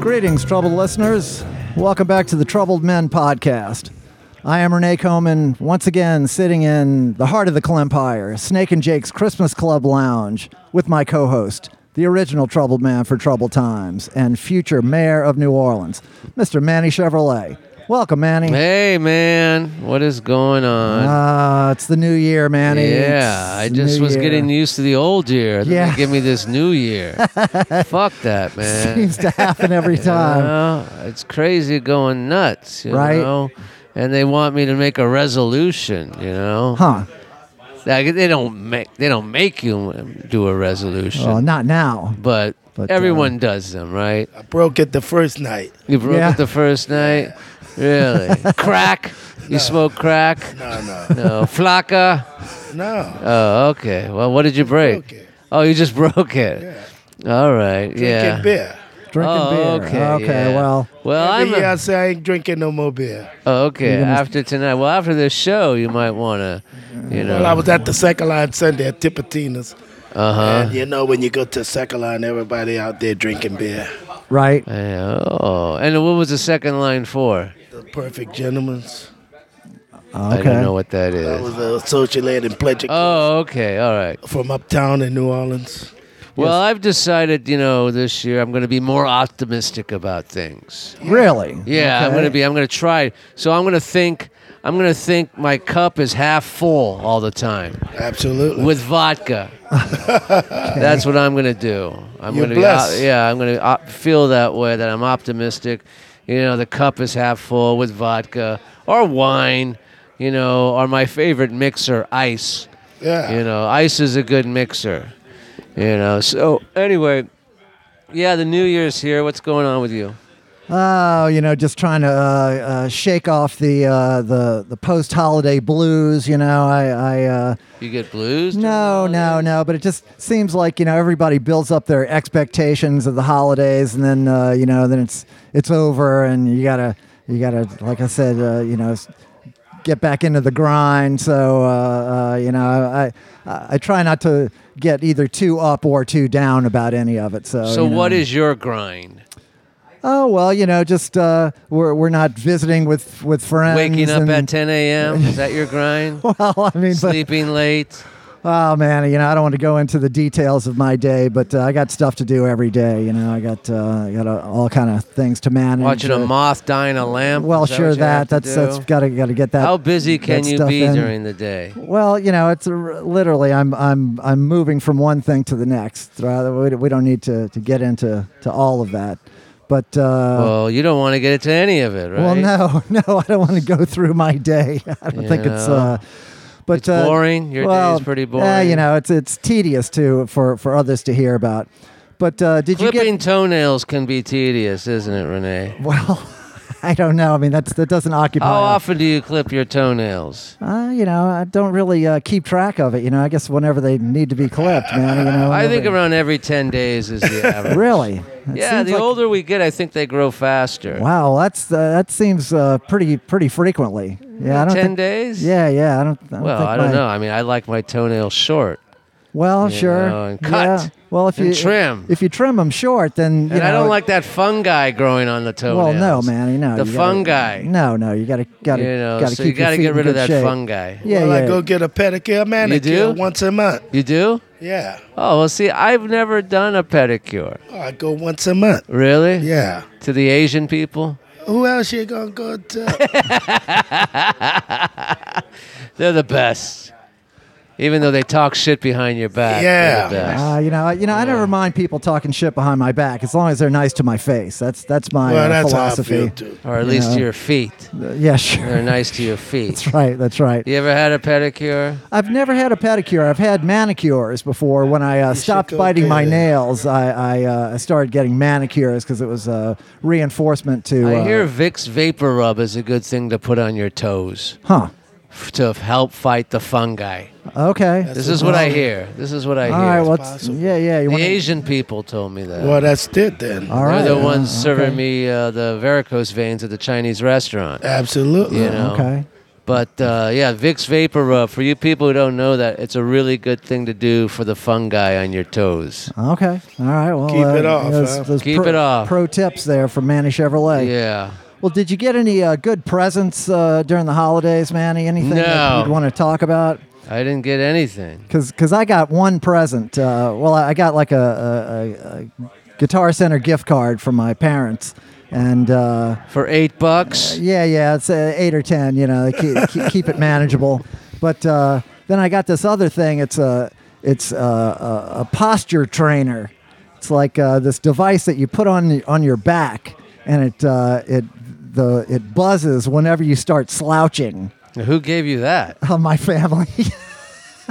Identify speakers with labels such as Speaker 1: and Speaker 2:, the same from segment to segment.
Speaker 1: Greetings, troubled listeners. Welcome back to the Troubled Men podcast. I am Renee Coman, once again sitting in the heart of the Clempire, Snake and Jake's Christmas Club Lounge, with my co host, the original troubled man for troubled times and future mayor of New Orleans, Mr. Manny Chevrolet. Welcome, Manny.
Speaker 2: Hey man, what is going on?
Speaker 1: Ah, it's the new year, Manny.
Speaker 2: yeah, I
Speaker 1: It's
Speaker 2: just
Speaker 1: new
Speaker 2: was
Speaker 1: year.
Speaker 2: getting used to the old year. Then
Speaker 1: Yeah.
Speaker 2: they give me this new year. Fuck that, man.
Speaker 1: Seems to happen every
Speaker 2: You
Speaker 1: time.
Speaker 2: know, it's crazy going nuts, you
Speaker 1: Right.
Speaker 2: know. And they want me to make a resolution, you know.
Speaker 1: Huh.
Speaker 2: Like, they don't make they don't make you do a resolution,
Speaker 1: Well, not now.
Speaker 2: but,
Speaker 1: Oh, But, uh,
Speaker 2: everyone does them, right?
Speaker 3: I broke it the first night.
Speaker 2: You broke
Speaker 1: Yeah.
Speaker 2: it the first night, really? crack? You smoke crack?
Speaker 3: No, no,
Speaker 2: No, flaca.
Speaker 3: no.
Speaker 2: Oh, okay. Well, what did you break?
Speaker 3: broke it.
Speaker 2: Oh, you just broke it. All right. yeah.
Speaker 3: Drinking beer.
Speaker 1: Drinking
Speaker 2: Oh,
Speaker 1: beer.
Speaker 2: okay. yeah.
Speaker 1: well.
Speaker 2: Well,
Speaker 3: Every
Speaker 2: I'm.
Speaker 3: year I
Speaker 2: A,
Speaker 3: say I ain't drinking no more beer.
Speaker 2: oh, okay.
Speaker 1: You're gonna-
Speaker 2: After tonight. Well, after this show, you might want to, you know.
Speaker 3: Well, I was at the second line Sunday at Tipitina's.
Speaker 2: uh huh.
Speaker 3: And you know, when you go to second line, everybody out there drinking beer.
Speaker 1: Right.
Speaker 2: Oh, and what was the second line for?
Speaker 3: The perfect gentleman's.
Speaker 1: Okay.
Speaker 2: I don't know what that
Speaker 3: I
Speaker 2: is.
Speaker 3: was a social ed and pledge
Speaker 2: Oh, okay. All right.
Speaker 3: from uptown in New Orleans.
Speaker 2: Well, I've decided, you know, this year I'm going to be more optimistic about things.
Speaker 1: Really?
Speaker 2: Yeah, I'm
Speaker 1: Okay.
Speaker 2: gonna be. I'm gonna try. So I'm gonna think. I'm gonna think my cup is half full all the time
Speaker 3: Absolutely.
Speaker 2: with vodka. That's what I'm gonna do. I'm
Speaker 3: You're
Speaker 2: gonna. be
Speaker 3: blessed.
Speaker 2: op- yeah, I'm gonna op- feel that way. That I'm optimistic. You know, the cup is half full with vodka or wine. You know, or my favorite mixer, ice.
Speaker 3: yeah.
Speaker 2: You know, ice is a good mixer. You know. So anyway, yeah, the New Year's here. What's going on with you?
Speaker 1: Oh, you know, just trying to uh, uh, shake off the uh, the the post holiday blues. You know, I, I uh,
Speaker 2: You get blues? during
Speaker 1: no,
Speaker 2: the
Speaker 1: no, no. But it just seems like you know everybody builds up their expectations of the holidays, and then uh, you know, then it's it's over, and you gotta you gotta, like I said, uh, you know, s- get back into the grind. So uh, uh, you know, I, I I try not to get either too up or too down about any of it. So
Speaker 2: So
Speaker 1: you know.
Speaker 2: what is your grind?
Speaker 1: Oh well, you know, just uh, we're we're not visiting with with friends.
Speaker 2: Waking up
Speaker 1: and-
Speaker 2: at 10 a.m. Is that your grind?
Speaker 1: Well, I mean, but,
Speaker 2: Sleeping late.
Speaker 1: oh man, you know, I don't want to go into the details of my day, but uh, I got stuff to do every day. You know, I got uh, I got uh, all kind of things to manage.
Speaker 2: Watching
Speaker 1: Uh,
Speaker 2: a moth dying a lamp.
Speaker 1: Well,
Speaker 2: Is that
Speaker 1: sure
Speaker 2: what you have
Speaker 1: that
Speaker 2: to
Speaker 1: that's
Speaker 2: do?
Speaker 1: that's got to got to get that.
Speaker 2: How busy
Speaker 1: that
Speaker 2: can you
Speaker 1: stuff
Speaker 2: be
Speaker 1: in. Uh,
Speaker 2: during the day?
Speaker 1: Well, you know, it's r- literally I'm I'm I'm moving from one thing to the next. Rather, we, we don't need to, to get into to all of that, but uh,
Speaker 2: Well, you don't want to get into any of it, right?
Speaker 1: Well, no, no, I don't want to go through my day. I don't think it's.
Speaker 2: Yeah.
Speaker 1: Uh, but
Speaker 2: It's
Speaker 1: uh,
Speaker 2: boring? Your day is
Speaker 1: well,
Speaker 2: pretty
Speaker 1: Yeah, you
Speaker 2: boring.
Speaker 1: know, it's it's tedious too for for others to hear about. But uh, did you
Speaker 2: Clipping
Speaker 1: get?
Speaker 2: toenails can be tedious, isn't it, Renee?
Speaker 1: Well, I don't know. I mean, that's that doesn't occupy.
Speaker 2: How
Speaker 1: a-
Speaker 2: often do you clip your toenails?
Speaker 1: Uh, you know, I don't really uh, keep track of it. You know, I guess whenever they need to be clipped, man. You know,
Speaker 2: I
Speaker 1: whenever-
Speaker 2: think around every 10 days is the average.
Speaker 1: really. It
Speaker 2: Yeah,
Speaker 1: seems
Speaker 2: the
Speaker 1: like-
Speaker 2: older we get, I think they grow faster.
Speaker 1: Wow, that's uh, that seems uh, pretty pretty frequently. Yeah, I don't
Speaker 2: 10
Speaker 1: think.
Speaker 2: days?
Speaker 1: Yeah, yeah, I don't. I don't
Speaker 2: Well,
Speaker 1: think
Speaker 2: I don't
Speaker 1: my-
Speaker 2: know. I mean, I like my toenails short.
Speaker 1: Well,
Speaker 2: you
Speaker 1: sure.
Speaker 2: know, and cut
Speaker 1: Yeah. Well, if
Speaker 2: and
Speaker 1: you
Speaker 2: trim.
Speaker 1: if you trim them short, then you
Speaker 2: And I
Speaker 1: know,
Speaker 2: don't like that fungi growing on the
Speaker 1: Well,
Speaker 2: toenails.
Speaker 1: no, man, you know
Speaker 2: The
Speaker 1: you gotta-
Speaker 2: fungi.
Speaker 1: No, no, you got to got to
Speaker 2: You know,
Speaker 1: got to
Speaker 2: so
Speaker 1: keep
Speaker 2: you got to
Speaker 1: your feet
Speaker 2: get rid
Speaker 1: in
Speaker 2: of
Speaker 1: good
Speaker 2: that
Speaker 1: shape.
Speaker 2: fungi.
Speaker 1: Yeah,
Speaker 3: well,
Speaker 1: yeah. Uh,
Speaker 3: I go get a pedicure, manicure once a month.
Speaker 2: You do?
Speaker 3: Yeah.
Speaker 2: Oh, well, see, I've never done a pedicure.
Speaker 3: Oh, I go once a month.
Speaker 2: Really?
Speaker 3: Yeah.
Speaker 2: To the Asian people?
Speaker 3: Who else you gonna go to?
Speaker 2: They're the best. Even though they talk shit behind your back. They're
Speaker 3: Yeah.
Speaker 2: the best.
Speaker 1: Uh, you know, I- you know, I never mind people talking shit behind my back as long as they're nice to my face. That's that's my
Speaker 3: well,
Speaker 1: uh,
Speaker 3: that's how I
Speaker 1: philosophy.
Speaker 3: feel too.
Speaker 2: or at least
Speaker 1: know.
Speaker 2: to your feet.
Speaker 1: Uh, yeah, sure.
Speaker 2: They're nice to your feet.
Speaker 1: That's right. That's right.
Speaker 2: You ever had a pedicure?
Speaker 1: I've never had a pedicure. I've had manicures before. When I uh, stopped
Speaker 3: go
Speaker 1: biting my
Speaker 3: pedicure.
Speaker 1: nails, I I, uh, I started getting manicures because it was uh, reinforcement to.
Speaker 2: I
Speaker 1: uh,
Speaker 2: hear Vicks Vapor Rub is a good thing to put on your toes
Speaker 1: Huh.
Speaker 2: f- to help fight the fungi.
Speaker 1: Okay.
Speaker 2: This is what I hear. This is what I
Speaker 1: All
Speaker 2: hear.
Speaker 1: right. Well,
Speaker 3: possible.
Speaker 1: yeah, yeah. You
Speaker 2: the
Speaker 1: wanna-
Speaker 2: Asian people told me that.
Speaker 3: Well, that's it then.
Speaker 1: All
Speaker 2: They're
Speaker 1: right.
Speaker 2: the
Speaker 1: uh,
Speaker 2: ones serving
Speaker 1: okay.
Speaker 2: me uh, the varicose veins at the Chinese restaurant.
Speaker 3: Absolutely.
Speaker 2: You know.
Speaker 1: Okay.
Speaker 2: But uh, yeah, Vicks Vapor Rub. For you people who don't know that, it's a really good thing to do for the fungi on your toes.
Speaker 1: Okay. All right. Well,
Speaker 3: Keep
Speaker 1: uh,
Speaker 3: it off,
Speaker 1: Those,
Speaker 3: huh?
Speaker 1: those
Speaker 2: Keep
Speaker 1: pro,
Speaker 2: it off.
Speaker 1: Pro tips there from Manny Chevrolet.
Speaker 2: Yeah.
Speaker 1: Well, did you get any uh, good presents uh, during the holidays, Manny? Anything
Speaker 2: No.
Speaker 1: that you'd want to talk about?
Speaker 2: I didn't get anything.
Speaker 1: Because I got one present. Uh, well, I I got like a, a, a, a Guitar Center gift card from my parents. And uh,
Speaker 2: For eight bucks?
Speaker 1: yeah, yeah, it's uh, eight or 10, you know, keep, keep, keep it manageable. But uh, then I got this other thing. It's a, it's a, a, a posture trainer. It's like uh, this device that you put on, the, on your back and it, uh, it, the, it buzzes whenever you start slouching
Speaker 2: Who gave you that?
Speaker 1: on my family.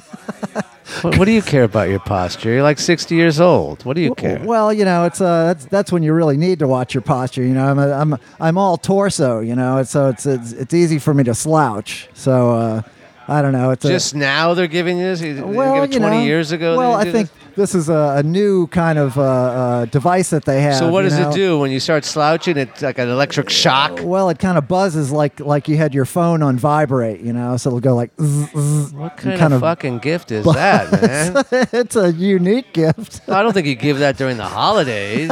Speaker 2: What, what do you care about your posture? You're like 60 years old. What do you care?
Speaker 1: Well, you know, it's uh, that's that's when you really need to watch your posture. You know, I'm a, I'm I'm all torso. You know, and so it's it's it's easy for me to slouch. So uh, I don't know. It's
Speaker 2: Just now they're giving this? You- they
Speaker 1: a,
Speaker 2: didn't
Speaker 1: well,
Speaker 2: give it 20
Speaker 1: you know,
Speaker 2: years ago? they
Speaker 1: Well,
Speaker 2: didn't
Speaker 1: I
Speaker 2: do
Speaker 1: think
Speaker 2: this?
Speaker 1: this, is a, a new kind of uh, uh, device that they have.
Speaker 2: So what
Speaker 1: you
Speaker 2: does
Speaker 1: know?
Speaker 2: it do when you start slouching? It's like an electric shock.
Speaker 1: Well, it kind of buzzes like like you had your phone on vibrate. You know, so it'll go like. zzz, zzz.
Speaker 2: What kind,
Speaker 1: kind
Speaker 2: of,
Speaker 1: of
Speaker 2: fucking gift is that, man?
Speaker 1: it's a unique gift.
Speaker 2: I don't think you give that during the holidays.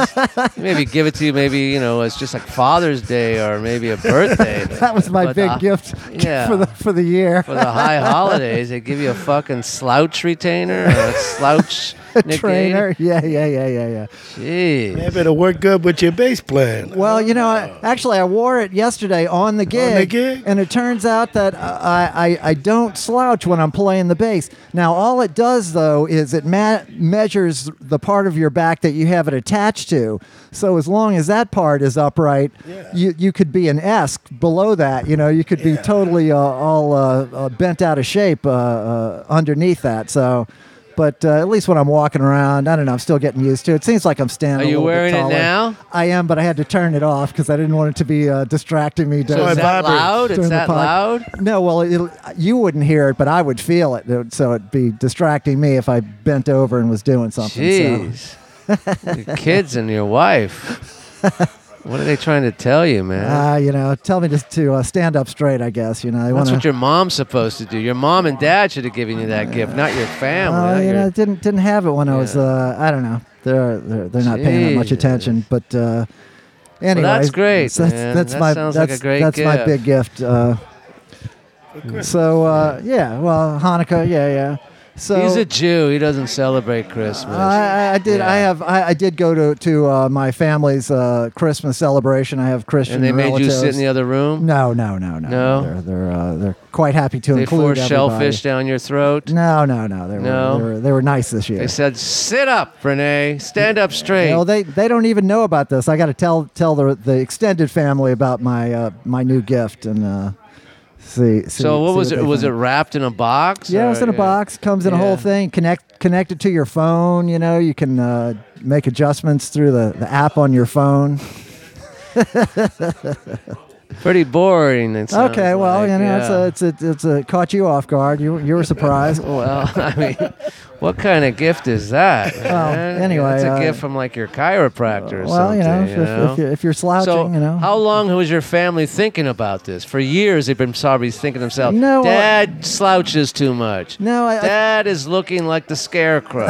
Speaker 2: maybe give it to you, maybe, you know, it's just like Father's Day or maybe a birthday.
Speaker 1: That was my
Speaker 2: But
Speaker 1: big
Speaker 2: the-
Speaker 1: gift
Speaker 2: yeah.
Speaker 1: for the for the year.
Speaker 2: for the high holidays, they give you a fucking slouch retainer or a slouch nickname.
Speaker 1: trainer. Yeah, yeah, yeah, yeah, yeah.
Speaker 2: Jeez.
Speaker 3: Maybe it'll work good with your bass playing.
Speaker 1: Well, you know, I, actually, I wore it yesterday on the gig,
Speaker 3: gig?
Speaker 1: and it turns out that I, I, I don't slouch when I'm playing the bass. Now, all it does though is it ma- measures the part of your back that you have it attached to. So as long as that part is upright, you you could be an S below that. You know, you could be totally uh, all uh, uh, bent out of shape uh, uh, underneath that. So. But uh, at least when I'm walking around, I don't know. I'm still getting used to it. It seems like I'm standing.
Speaker 2: Are
Speaker 1: a
Speaker 2: you
Speaker 1: little bit
Speaker 2: wearing it
Speaker 1: taller.
Speaker 2: now?
Speaker 1: I am, but I had to turn it off because I didn't want it to be uh, distracting me.
Speaker 2: So
Speaker 1: during
Speaker 2: is
Speaker 1: the-
Speaker 2: that
Speaker 3: vibrates
Speaker 2: loud?
Speaker 1: during
Speaker 2: It's
Speaker 1: the
Speaker 2: that
Speaker 1: pod-
Speaker 2: loud?
Speaker 1: No, well, it'll, you wouldn't hear it, but I would feel it, It- so it'd be distracting me if I bent over and was doing something. so-
Speaker 2: Jeez. your kids and your wife. What are they trying to tell you, man?
Speaker 1: Uh, you know, tell me just to uh, stand up straight. I guess you know. I
Speaker 2: That's
Speaker 1: wanna,
Speaker 2: what your mom's supposed to do. Your mom and dad should have given you that gift, not your family.
Speaker 1: Uh,
Speaker 2: not
Speaker 1: you
Speaker 2: your-
Speaker 1: know, didn't didn't have it when I was. Uh, I don't know. They're they're, they're not paying that much
Speaker 2: Jesus.
Speaker 1: attention, but. Uh, Anyway,
Speaker 2: that's great,
Speaker 1: That's,
Speaker 2: man.
Speaker 1: that's
Speaker 2: That
Speaker 1: my
Speaker 2: sounds
Speaker 1: that's,
Speaker 2: like a great
Speaker 1: that's my
Speaker 2: gift.
Speaker 1: big gift. Uh, so uh, yeah, well, Hanukkah, yeah, yeah. So
Speaker 2: He's a Jew. He doesn't celebrate Christmas.
Speaker 1: I, I- I did. I
Speaker 2: Yeah.
Speaker 1: have. I, I did go to to uh, my family's uh, Christmas celebration. I have Christian
Speaker 2: and they made
Speaker 1: relatives.
Speaker 2: you sit in the other room?
Speaker 1: no, no, no, no.
Speaker 2: No?
Speaker 1: they're they're uh, they're quite happy to
Speaker 2: they
Speaker 1: include
Speaker 2: forced
Speaker 1: everybody.
Speaker 2: shellfish down your throat?
Speaker 1: No, no, no. They were,
Speaker 2: No?
Speaker 1: They were, they were nice this year.
Speaker 2: They said, sit up, Renee. Stand up straight.
Speaker 1: No, they they don't even know about this. I got to tell tell the the extended family about my uh, my new gift and uh, see, see.
Speaker 2: so what
Speaker 1: see
Speaker 2: was it?
Speaker 1: they
Speaker 2: Was
Speaker 1: think.
Speaker 2: it wrapped in a box?
Speaker 1: Yeah,
Speaker 2: or-
Speaker 1: it's in a box. Comes in a
Speaker 2: Yeah.
Speaker 1: whole thing. Connect connected to your phone. You know, you can uh, make adjustments through the, the app on your phone.
Speaker 2: Pretty boring. It sounds
Speaker 1: Okay, well,
Speaker 2: like,
Speaker 1: you know,
Speaker 2: yeah.
Speaker 1: it's a, it's a, it's a caught you off guard. You you were surprised.
Speaker 2: Well, I mean, what kind of gift is that? man?
Speaker 1: anyway,
Speaker 2: it's a
Speaker 1: uh,
Speaker 2: gift from like your chiropractor or
Speaker 1: well,
Speaker 2: something.
Speaker 1: you know, if,
Speaker 2: you
Speaker 1: If, if, you're, if you're slouching,
Speaker 2: so,
Speaker 1: you know.
Speaker 2: how long was your family thinking about this? For years, they've been probably thinking to themselves,
Speaker 1: No, well,
Speaker 2: Dad slouches too much.
Speaker 1: No, I- I-
Speaker 2: Dad is looking like the scarecrow.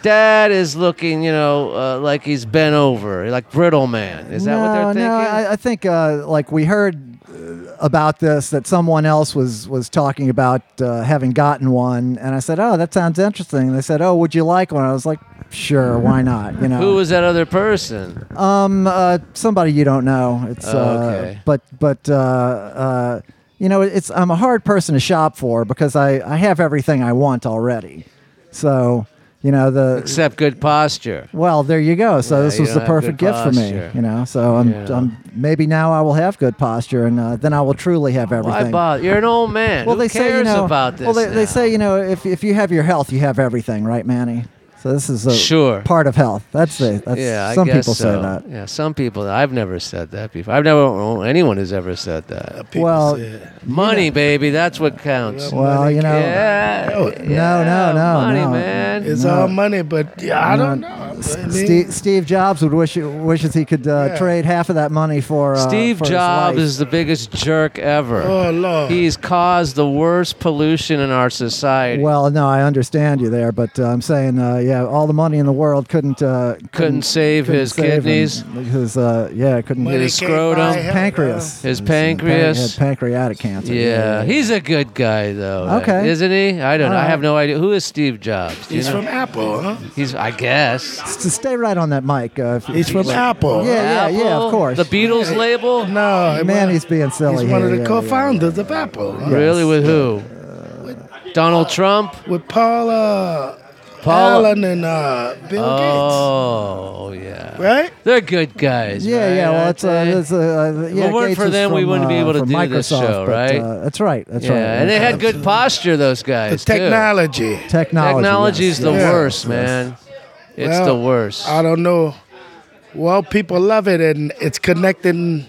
Speaker 2: Dad is looking, you know, uh, like he's bent over, like brittle man. Is that
Speaker 1: no,
Speaker 2: what they're thinking?
Speaker 1: no, I, I think uh, like we heard uh, about this that someone else was was talking about uh, having gotten one, and I said, "Oh, that sounds interesting." And they said, "Oh, would you like one?" I was like, "Sure, why not?" You know,
Speaker 2: Who was that other person?
Speaker 1: Um, uh, somebody you don't know. It's
Speaker 2: Oh, okay.
Speaker 1: uh, but but uh, uh, you know, it's I'm a hard person to shop for because I I have everything I want already. So you know the
Speaker 2: Except good posture.
Speaker 1: well, there you go. So
Speaker 2: Yeah,
Speaker 1: this
Speaker 2: you
Speaker 1: was the
Speaker 2: don't have
Speaker 1: perfect
Speaker 2: good
Speaker 1: gift for me.
Speaker 2: posture.
Speaker 1: You know, so I'm,
Speaker 2: Yeah.
Speaker 1: I'm maybe now I will have good posture and uh, then I will truly have everything.
Speaker 2: Why bother? You're an old man.
Speaker 1: Well,
Speaker 2: Who
Speaker 1: they
Speaker 2: cares
Speaker 1: say you know.
Speaker 2: about this.
Speaker 1: well, they,
Speaker 2: now?
Speaker 1: they say you know if if you have your health, you have everything, right, Manny? So this is a
Speaker 2: Sure.
Speaker 1: part of health. That's the that's
Speaker 2: yeah,
Speaker 1: some
Speaker 2: I guess
Speaker 1: people
Speaker 2: so.
Speaker 1: say that.
Speaker 2: Yeah, some people. I've never said that before. I've never known anyone who's ever said that.
Speaker 3: People
Speaker 1: Well,
Speaker 3: said,
Speaker 2: Money, baby, that's what counts.
Speaker 1: Well, you know,
Speaker 2: yeah,
Speaker 3: No,
Speaker 2: yeah,
Speaker 1: no, no,
Speaker 2: money,
Speaker 1: no.
Speaker 2: man.
Speaker 3: it's
Speaker 1: No.
Speaker 3: all money, but yeah, I don't
Speaker 1: Uh,
Speaker 3: know.
Speaker 1: S-
Speaker 3: I mean,
Speaker 1: Steve, Steve Jobs would wish wishes he could uh,
Speaker 3: Yeah.
Speaker 1: trade half of that money for uh,
Speaker 2: Steve
Speaker 1: for his
Speaker 2: Jobs
Speaker 1: life.
Speaker 2: is the biggest jerk ever.
Speaker 3: Oh Lord,
Speaker 2: He's caused the worst pollution in our society.
Speaker 1: Well, no, I understand you there, but uh, I'm saying, uh, yeah, all the money in the world couldn't uh, couldn't,
Speaker 2: save his
Speaker 1: him.
Speaker 2: kidneys.
Speaker 1: His uh, yeah, couldn't
Speaker 3: Money
Speaker 2: his
Speaker 3: can't
Speaker 2: scrotum.
Speaker 3: buy health,
Speaker 1: pancreas.
Speaker 2: His
Speaker 1: He
Speaker 2: pancreas.
Speaker 1: had pancreatic cancer.
Speaker 2: yeah, he's a good guy though.
Speaker 1: Okay.
Speaker 2: isn't he? I don't. know. I
Speaker 1: Alright.
Speaker 2: have no idea who is Steve Jobs. Do
Speaker 3: huh?
Speaker 2: you
Speaker 3: He's
Speaker 2: know?
Speaker 3: from Apple, huh?
Speaker 2: He's, I guess.
Speaker 1: S- s- stay right on that mic. Uh, if-
Speaker 3: He's from Apple.
Speaker 1: Yeah. yeah, of
Speaker 2: Apple,
Speaker 1: course.
Speaker 2: The Beatles label?
Speaker 3: Oh, No,
Speaker 1: man,
Speaker 3: well,
Speaker 1: he's being silly.
Speaker 3: he's one of
Speaker 1: here,
Speaker 3: the
Speaker 1: yeah,
Speaker 3: co-founders of Apple. huh?
Speaker 2: Really? With who?
Speaker 1: Uh,
Speaker 2: Donald Trump?
Speaker 3: With Paula,
Speaker 2: Paula-
Speaker 3: Allen and uh, Bill
Speaker 2: Oh, yeah.
Speaker 3: Gates, right?
Speaker 2: They're good guys.
Speaker 1: Yeah,
Speaker 2: right?
Speaker 1: yeah. Well,
Speaker 2: Aren't
Speaker 1: it's, uh,
Speaker 2: they?
Speaker 1: it's uh, uh, yeah.
Speaker 2: it weren't
Speaker 1: Gates
Speaker 2: for
Speaker 1: is
Speaker 2: them, we
Speaker 1: from,
Speaker 2: wouldn't be
Speaker 1: uh,
Speaker 2: able to
Speaker 1: from
Speaker 2: do
Speaker 1: Microsoft,
Speaker 2: this show,
Speaker 1: but,
Speaker 2: right?
Speaker 1: uh, that's right. That's
Speaker 2: yeah,
Speaker 1: right.
Speaker 2: and they had good posture, those
Speaker 3: The
Speaker 2: guys. too.
Speaker 3: technology.
Speaker 1: technology.
Speaker 2: Technology's
Speaker 1: yes,
Speaker 2: the
Speaker 1: yes,
Speaker 3: Yeah.
Speaker 2: worst,
Speaker 1: yes.
Speaker 2: man. It's
Speaker 3: Well,
Speaker 2: the worst.
Speaker 3: I don't know. Well, people love it, and it's connecting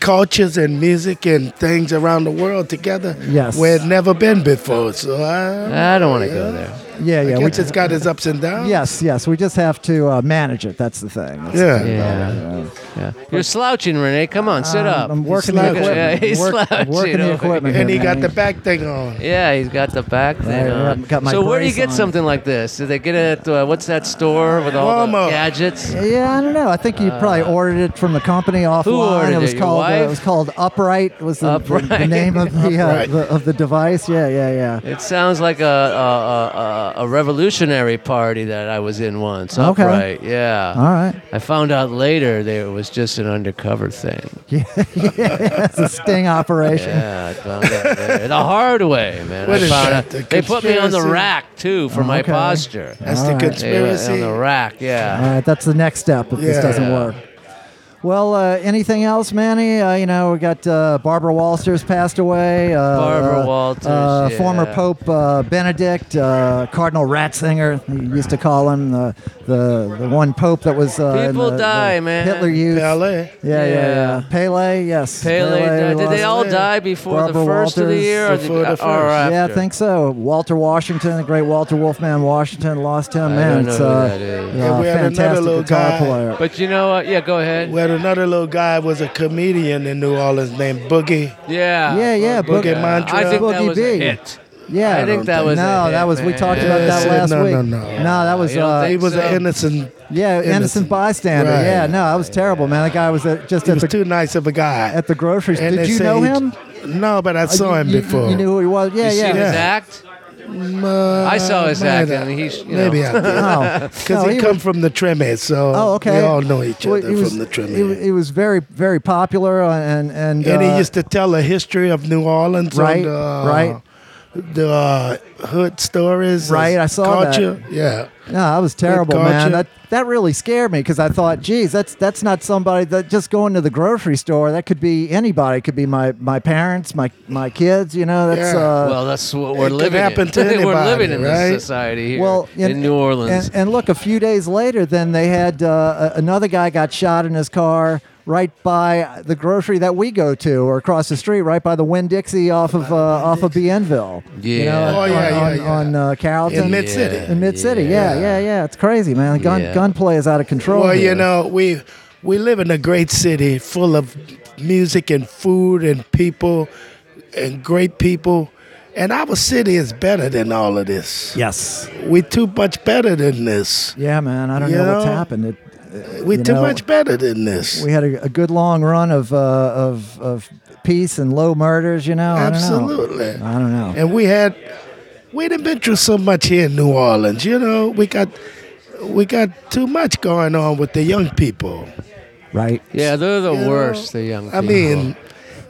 Speaker 3: cultures and music and things around the world together
Speaker 1: Yes.
Speaker 3: where it never been before. So I,
Speaker 2: I don't want to go there.
Speaker 1: Yeah, yeah.
Speaker 3: yeah,
Speaker 1: We
Speaker 3: which has got its ups and downs.
Speaker 1: yes, yes. We just have to uh, manage it. That's the thing. That's
Speaker 3: Yeah.
Speaker 1: the thing about
Speaker 2: Yeah.
Speaker 1: it, uh,
Speaker 2: Yeah. You're slouching, Renee. Come on, sit
Speaker 1: I'm-
Speaker 2: up.
Speaker 1: Um, I'm working
Speaker 3: He's
Speaker 1: the
Speaker 3: slouching.
Speaker 1: equipment.
Speaker 2: Yeah, he's
Speaker 1: Work-
Speaker 2: slouching
Speaker 1: working
Speaker 2: over
Speaker 1: the equipment.
Speaker 3: And he
Speaker 1: here,
Speaker 3: got
Speaker 1: man.
Speaker 3: the back thing on.
Speaker 2: Yeah, he's got the back thing
Speaker 1: Yeah, yeah,
Speaker 2: on.
Speaker 1: got my
Speaker 2: so where do you
Speaker 1: brace
Speaker 2: get
Speaker 1: on.
Speaker 2: something like this? Do they get it at uh, what's that store with all the
Speaker 3: Walmart.
Speaker 2: gadgets?
Speaker 1: Yeah, I don't know. I think you probably ordered it from the company offline.
Speaker 2: Uh, ordered
Speaker 1: it was
Speaker 2: it, your
Speaker 1: called Uh,
Speaker 2: wife?
Speaker 1: it was called Upright was the, the- the
Speaker 2: Upright.
Speaker 1: name of the, uh,
Speaker 3: Upright.
Speaker 1: the of the device. Yeah, yeah, yeah.
Speaker 2: It sounds like a a, a a- a revolutionary party that I was in once.
Speaker 1: Okay.
Speaker 2: Upright, yeah.
Speaker 1: All right.
Speaker 2: I found out later that it was just an undercover thing.
Speaker 1: Yeah, it's a sting operation.
Speaker 2: Yeah, I found out later. the hard way, man.
Speaker 3: What
Speaker 2: I
Speaker 3: is
Speaker 2: found
Speaker 3: that,
Speaker 2: out.
Speaker 3: the
Speaker 2: They put me on the
Speaker 3: conspiracy?
Speaker 2: rack too for my
Speaker 1: Okay.
Speaker 2: posture.
Speaker 3: That's
Speaker 1: All
Speaker 3: the
Speaker 1: right.
Speaker 2: They were
Speaker 3: conspiracy.
Speaker 2: on the rack, yeah.
Speaker 1: All right, that's the next step if this
Speaker 3: Yeah.
Speaker 1: doesn't work. Well, uh, anything else, Manny? Uh, you know, we got uh, Barbara Walters passed away. Uh,
Speaker 2: Barbara
Speaker 1: uh,
Speaker 2: Walters,
Speaker 1: uh, former
Speaker 2: yeah.
Speaker 1: Pope uh, Benedict, uh, Cardinal Ratzinger. He used to call him the the, the one Pope that was uh, in
Speaker 2: People
Speaker 1: the-
Speaker 2: die,
Speaker 1: the
Speaker 2: man.
Speaker 1: Hitler Youth.
Speaker 3: LA.
Speaker 1: Yeah, yeah,
Speaker 2: Yeah.
Speaker 1: yeah. Pele, yes.
Speaker 2: Pele, died. did they
Speaker 1: was-
Speaker 2: all
Speaker 3: yeah.
Speaker 2: die before the
Speaker 1: Barbara
Speaker 2: first of the
Speaker 1: Walters,
Speaker 2: year or, the,
Speaker 3: before the
Speaker 2: or
Speaker 3: first.
Speaker 2: after?
Speaker 1: Yeah, I think so. Walter Washington, the great Walter Wolfman Washington, lost him. Man,
Speaker 2: don't know
Speaker 1: it's
Speaker 2: who
Speaker 1: uh,
Speaker 2: that is.
Speaker 1: uh,
Speaker 3: Yeah, we had another
Speaker 1: fantastic
Speaker 3: little
Speaker 1: guitar
Speaker 3: guy.
Speaker 1: player.
Speaker 2: But you know what? Yeah, go ahead.
Speaker 3: Where another little guy was a comedian in New Orleans named Boogie.
Speaker 2: Yeah.
Speaker 1: Yeah, yeah,
Speaker 3: Boogie
Speaker 1: Boogie.
Speaker 2: I
Speaker 3: Montrell.
Speaker 2: think that
Speaker 1: Boogie
Speaker 2: was a
Speaker 1: B.
Speaker 2: hit.
Speaker 1: Yeah,
Speaker 2: I think that was
Speaker 1: no,
Speaker 2: it,
Speaker 1: that was we
Speaker 2: man.
Speaker 1: talked about
Speaker 3: Yeah,
Speaker 1: that
Speaker 3: see,
Speaker 1: last
Speaker 3: no,
Speaker 1: week.
Speaker 3: no, no.
Speaker 1: that was
Speaker 2: You don't
Speaker 1: uh,
Speaker 2: think
Speaker 3: He was
Speaker 2: so?
Speaker 3: an innocent.
Speaker 1: yeah, innocent,
Speaker 3: innocent.
Speaker 1: bystander.
Speaker 3: Right.
Speaker 1: Yeah, no, that was terrible, man. That guy was at, just
Speaker 3: He
Speaker 1: at
Speaker 3: was
Speaker 1: the
Speaker 3: too nice of a guy.
Speaker 1: at the grocery store.
Speaker 3: And
Speaker 1: Did
Speaker 3: they
Speaker 1: you
Speaker 3: say
Speaker 1: know
Speaker 3: he-
Speaker 1: him?
Speaker 3: No, but I saw him
Speaker 1: You- you-
Speaker 3: before.
Speaker 1: You, knew who he was. Yeah,
Speaker 2: You seen
Speaker 1: yeah.
Speaker 2: his act? I saw
Speaker 1: Uh,
Speaker 2: his act, and he's, you know.
Speaker 3: maybe I did.
Speaker 1: Oh,
Speaker 3: Because
Speaker 1: no,
Speaker 3: he, come from the Tremors, so
Speaker 1: Oh, okay.
Speaker 3: we all know each
Speaker 1: Well,
Speaker 3: other
Speaker 1: he was-
Speaker 3: from the
Speaker 1: He, wa-
Speaker 3: Tremors.
Speaker 1: he was very, very popular, and and
Speaker 3: and
Speaker 1: uh,
Speaker 3: he used to tell a history of New Orleans,
Speaker 1: Right,
Speaker 3: on the, uh,
Speaker 1: right.
Speaker 3: the uh, hood stories,
Speaker 1: Right, I saw that.
Speaker 3: culture. Yeah,
Speaker 1: No, that was terrible,
Speaker 3: Good
Speaker 1: man.
Speaker 3: gotcha.
Speaker 1: That that really scared me because I thought, geez, that's that's not somebody that just going to the grocery store. That could be anybody. It could be my my parents, my my kids. You know, that's
Speaker 3: Yeah.
Speaker 1: uh,
Speaker 2: Well, that's what we're
Speaker 3: could
Speaker 2: living
Speaker 3: happen
Speaker 2: in.
Speaker 3: to
Speaker 2: we're
Speaker 3: anybody,
Speaker 2: living in
Speaker 3: right?
Speaker 2: this society here
Speaker 1: well
Speaker 2: in,
Speaker 1: and-
Speaker 2: New Orleans.
Speaker 1: And, and look, a few days later, then they had uh, a- another guy got shot in his car right by the grocery that we go to, or across the street, right by the Winn Dixie off of uh, off of Bienville. you know,
Speaker 2: Yeah.
Speaker 3: Oh, yeah,
Speaker 1: on,
Speaker 3: yeah,
Speaker 1: on,
Speaker 3: yeah.
Speaker 1: on, uh, Carrollton.
Speaker 3: in Mid City.
Speaker 1: in mid city. Yeah. yeah, yeah, It's crazy, man. Gun
Speaker 2: Yeah.
Speaker 1: gunplay is out of control.
Speaker 3: Well,
Speaker 1: here.
Speaker 3: you know, we we live in a great city full of music and food and people and great people, and our city is better than all of this.
Speaker 1: Yes.
Speaker 3: We too much better than this.
Speaker 1: Yeah, man. I don't
Speaker 3: You
Speaker 1: know, what's
Speaker 3: know?
Speaker 1: happened. It,
Speaker 3: We
Speaker 1: You
Speaker 3: too
Speaker 1: know-
Speaker 3: much better than this.
Speaker 1: we had a, a good long run of uh, of of peace and low murders. You know. I don't know.
Speaker 3: Absolutely.
Speaker 1: I don't know.
Speaker 3: And we had we done been through so much here in New Orleans. You know, we got we got too much going on with the young people.
Speaker 1: Right.
Speaker 2: yeah, they're the
Speaker 3: You know,
Speaker 2: worst, the young people.
Speaker 3: I mean,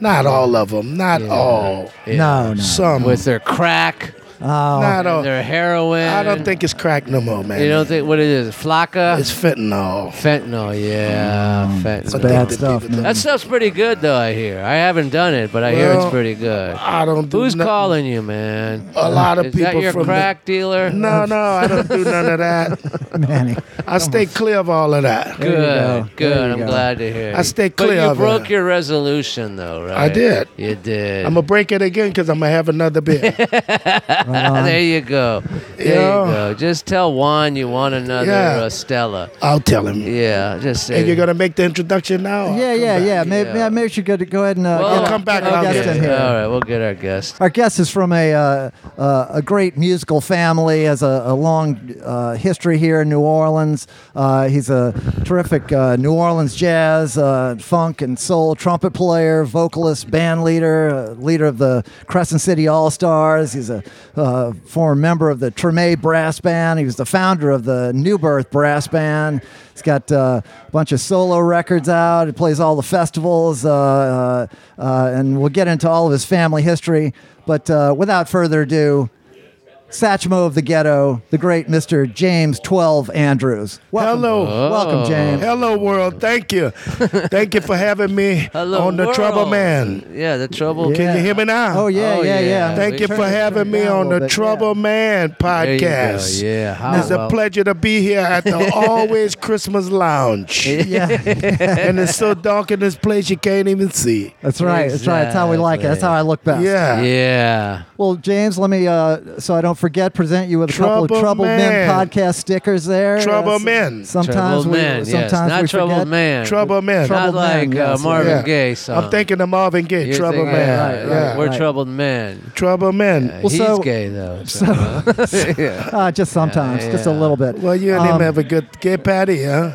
Speaker 3: not all of them, not all.
Speaker 2: Yeah.
Speaker 1: No, Oh, no.
Speaker 3: Some
Speaker 2: With their crack,
Speaker 3: Not all.
Speaker 2: They're heroin.
Speaker 3: Oh, I don't think it's crack no more, man.
Speaker 2: you uh, don't think what it is. Flaca.
Speaker 3: it's fentanyl.
Speaker 2: fentanyl. Yeah,
Speaker 1: Mm, It's
Speaker 2: fentanyl.
Speaker 1: bad
Speaker 3: that
Speaker 1: stuff,
Speaker 3: people-
Speaker 1: man.
Speaker 2: That stuff's pretty good though. I hear. I haven't done it, but I hear it's
Speaker 3: Well,
Speaker 2: pretty good.
Speaker 3: I don't do
Speaker 2: Who's
Speaker 3: nothing.
Speaker 2: calling you, man?
Speaker 3: A lot of
Speaker 2: is
Speaker 3: people
Speaker 2: that your
Speaker 3: from the-
Speaker 2: crack dealer?
Speaker 3: No, no, I don't do none of that.
Speaker 1: Manny.
Speaker 3: I stay clear of all of that.
Speaker 1: There you go.
Speaker 2: Good,
Speaker 1: There
Speaker 2: good.
Speaker 1: you
Speaker 2: I'm
Speaker 1: go.
Speaker 2: glad to hear.
Speaker 3: I
Speaker 2: you.
Speaker 3: stay
Speaker 2: But
Speaker 3: clear
Speaker 2: you
Speaker 3: of
Speaker 2: broke
Speaker 3: it.
Speaker 2: your resolution, though, right?
Speaker 3: did.
Speaker 2: You did.
Speaker 3: I'm gonna break it again because I'm gonna have another beer.
Speaker 2: there you go. There you
Speaker 3: Yeah.
Speaker 2: go. Just tell Juan you want another
Speaker 3: Yeah.
Speaker 2: uh, Stella.
Speaker 3: I'll tell him.
Speaker 2: Yeah, just say.
Speaker 3: And you're gonna make the introduction now.
Speaker 1: Yeah, yeah, yeah. Maybe,
Speaker 2: Yeah.
Speaker 1: yeah. Maybe you should go, to, go ahead and uh,
Speaker 2: Well,
Speaker 1: get our-
Speaker 3: come back
Speaker 1: get our
Speaker 3: around
Speaker 1: guest
Speaker 2: yeah,
Speaker 1: in here.
Speaker 2: All right, we'll get our guest.
Speaker 1: Our guest is from a uh, uh, a great musical family, has a, a long uh, history here in New Orleans. Uh, he's a terrific uh, New Orleans jazz, uh, funk, and soul trumpet player, vocalist, band leader, uh, leader of the Crescent City All Stars. He's a uh, former member of the Treme Brass Band. He was the founder of the New Birth Brass Band. He's got uh, a bunch of solo records out. He plays all the festivals, uh, uh, uh, and we'll get into all of his family history. But uh, without further ado, Satchmo of the Ghetto, the great Mr. James 12 Andrews. Welcome.
Speaker 3: Hello.
Speaker 1: Welcome, James.
Speaker 3: Hello, world. Thank you. Thank you for having me
Speaker 2: Hello,
Speaker 3: on the
Speaker 2: world.
Speaker 3: Trouble Man.
Speaker 2: Yeah, the trouble.
Speaker 3: Can you hear me now? Uh,
Speaker 1: Oh, yeah,
Speaker 2: Oh, yeah.
Speaker 1: yeah, yeah.
Speaker 3: Thank you
Speaker 1: Turn
Speaker 3: for
Speaker 1: it- turn
Speaker 3: having
Speaker 1: it
Speaker 3: me
Speaker 1: down a
Speaker 3: on
Speaker 1: little
Speaker 3: the
Speaker 1: bit, yeah.
Speaker 3: Trouble Man
Speaker 2: There you
Speaker 3: podcast.
Speaker 2: go. Yeah. How
Speaker 3: It's a
Speaker 2: well-
Speaker 3: pleasure to be here at the Always Christmas Lounge.
Speaker 1: Yeah,
Speaker 3: and it's so dark in this place you can't even see.
Speaker 1: that's right. That's right. That's how we like it. That's how I look best.
Speaker 3: Yeah.
Speaker 2: Yeah.
Speaker 1: Well, James, let me, uh, so I don't forget, present you with a couple of
Speaker 3: Trouble
Speaker 1: Trouble Men
Speaker 3: Man.
Speaker 1: podcast stickers there.
Speaker 3: Trouble
Speaker 1: s-
Speaker 3: Men.
Speaker 1: Sometimes
Speaker 2: trouble
Speaker 1: we,
Speaker 2: man.
Speaker 1: sometimes
Speaker 2: yes. Not
Speaker 1: we
Speaker 2: trouble
Speaker 1: forget.
Speaker 2: man.
Speaker 3: Trouble Man.
Speaker 1: Trouble
Speaker 2: Not like
Speaker 1: Man,
Speaker 2: uh,
Speaker 1: yes,
Speaker 2: Marvin
Speaker 3: Yeah.
Speaker 2: Gaye song.
Speaker 3: I'm thinking of Marvin Gaye,
Speaker 2: You're
Speaker 3: Trouble
Speaker 2: thinking,
Speaker 3: Man.
Speaker 2: right, right,
Speaker 3: yeah.
Speaker 2: We're
Speaker 1: right.
Speaker 2: troubled men.
Speaker 3: Trouble Man.
Speaker 2: He's
Speaker 1: so-
Speaker 2: gay though. So. yeah.
Speaker 1: Uh, just sometimes, just a
Speaker 2: yeah.
Speaker 1: little bit.
Speaker 3: Well, you and
Speaker 1: Um,
Speaker 3: him have a good gay patty, huh?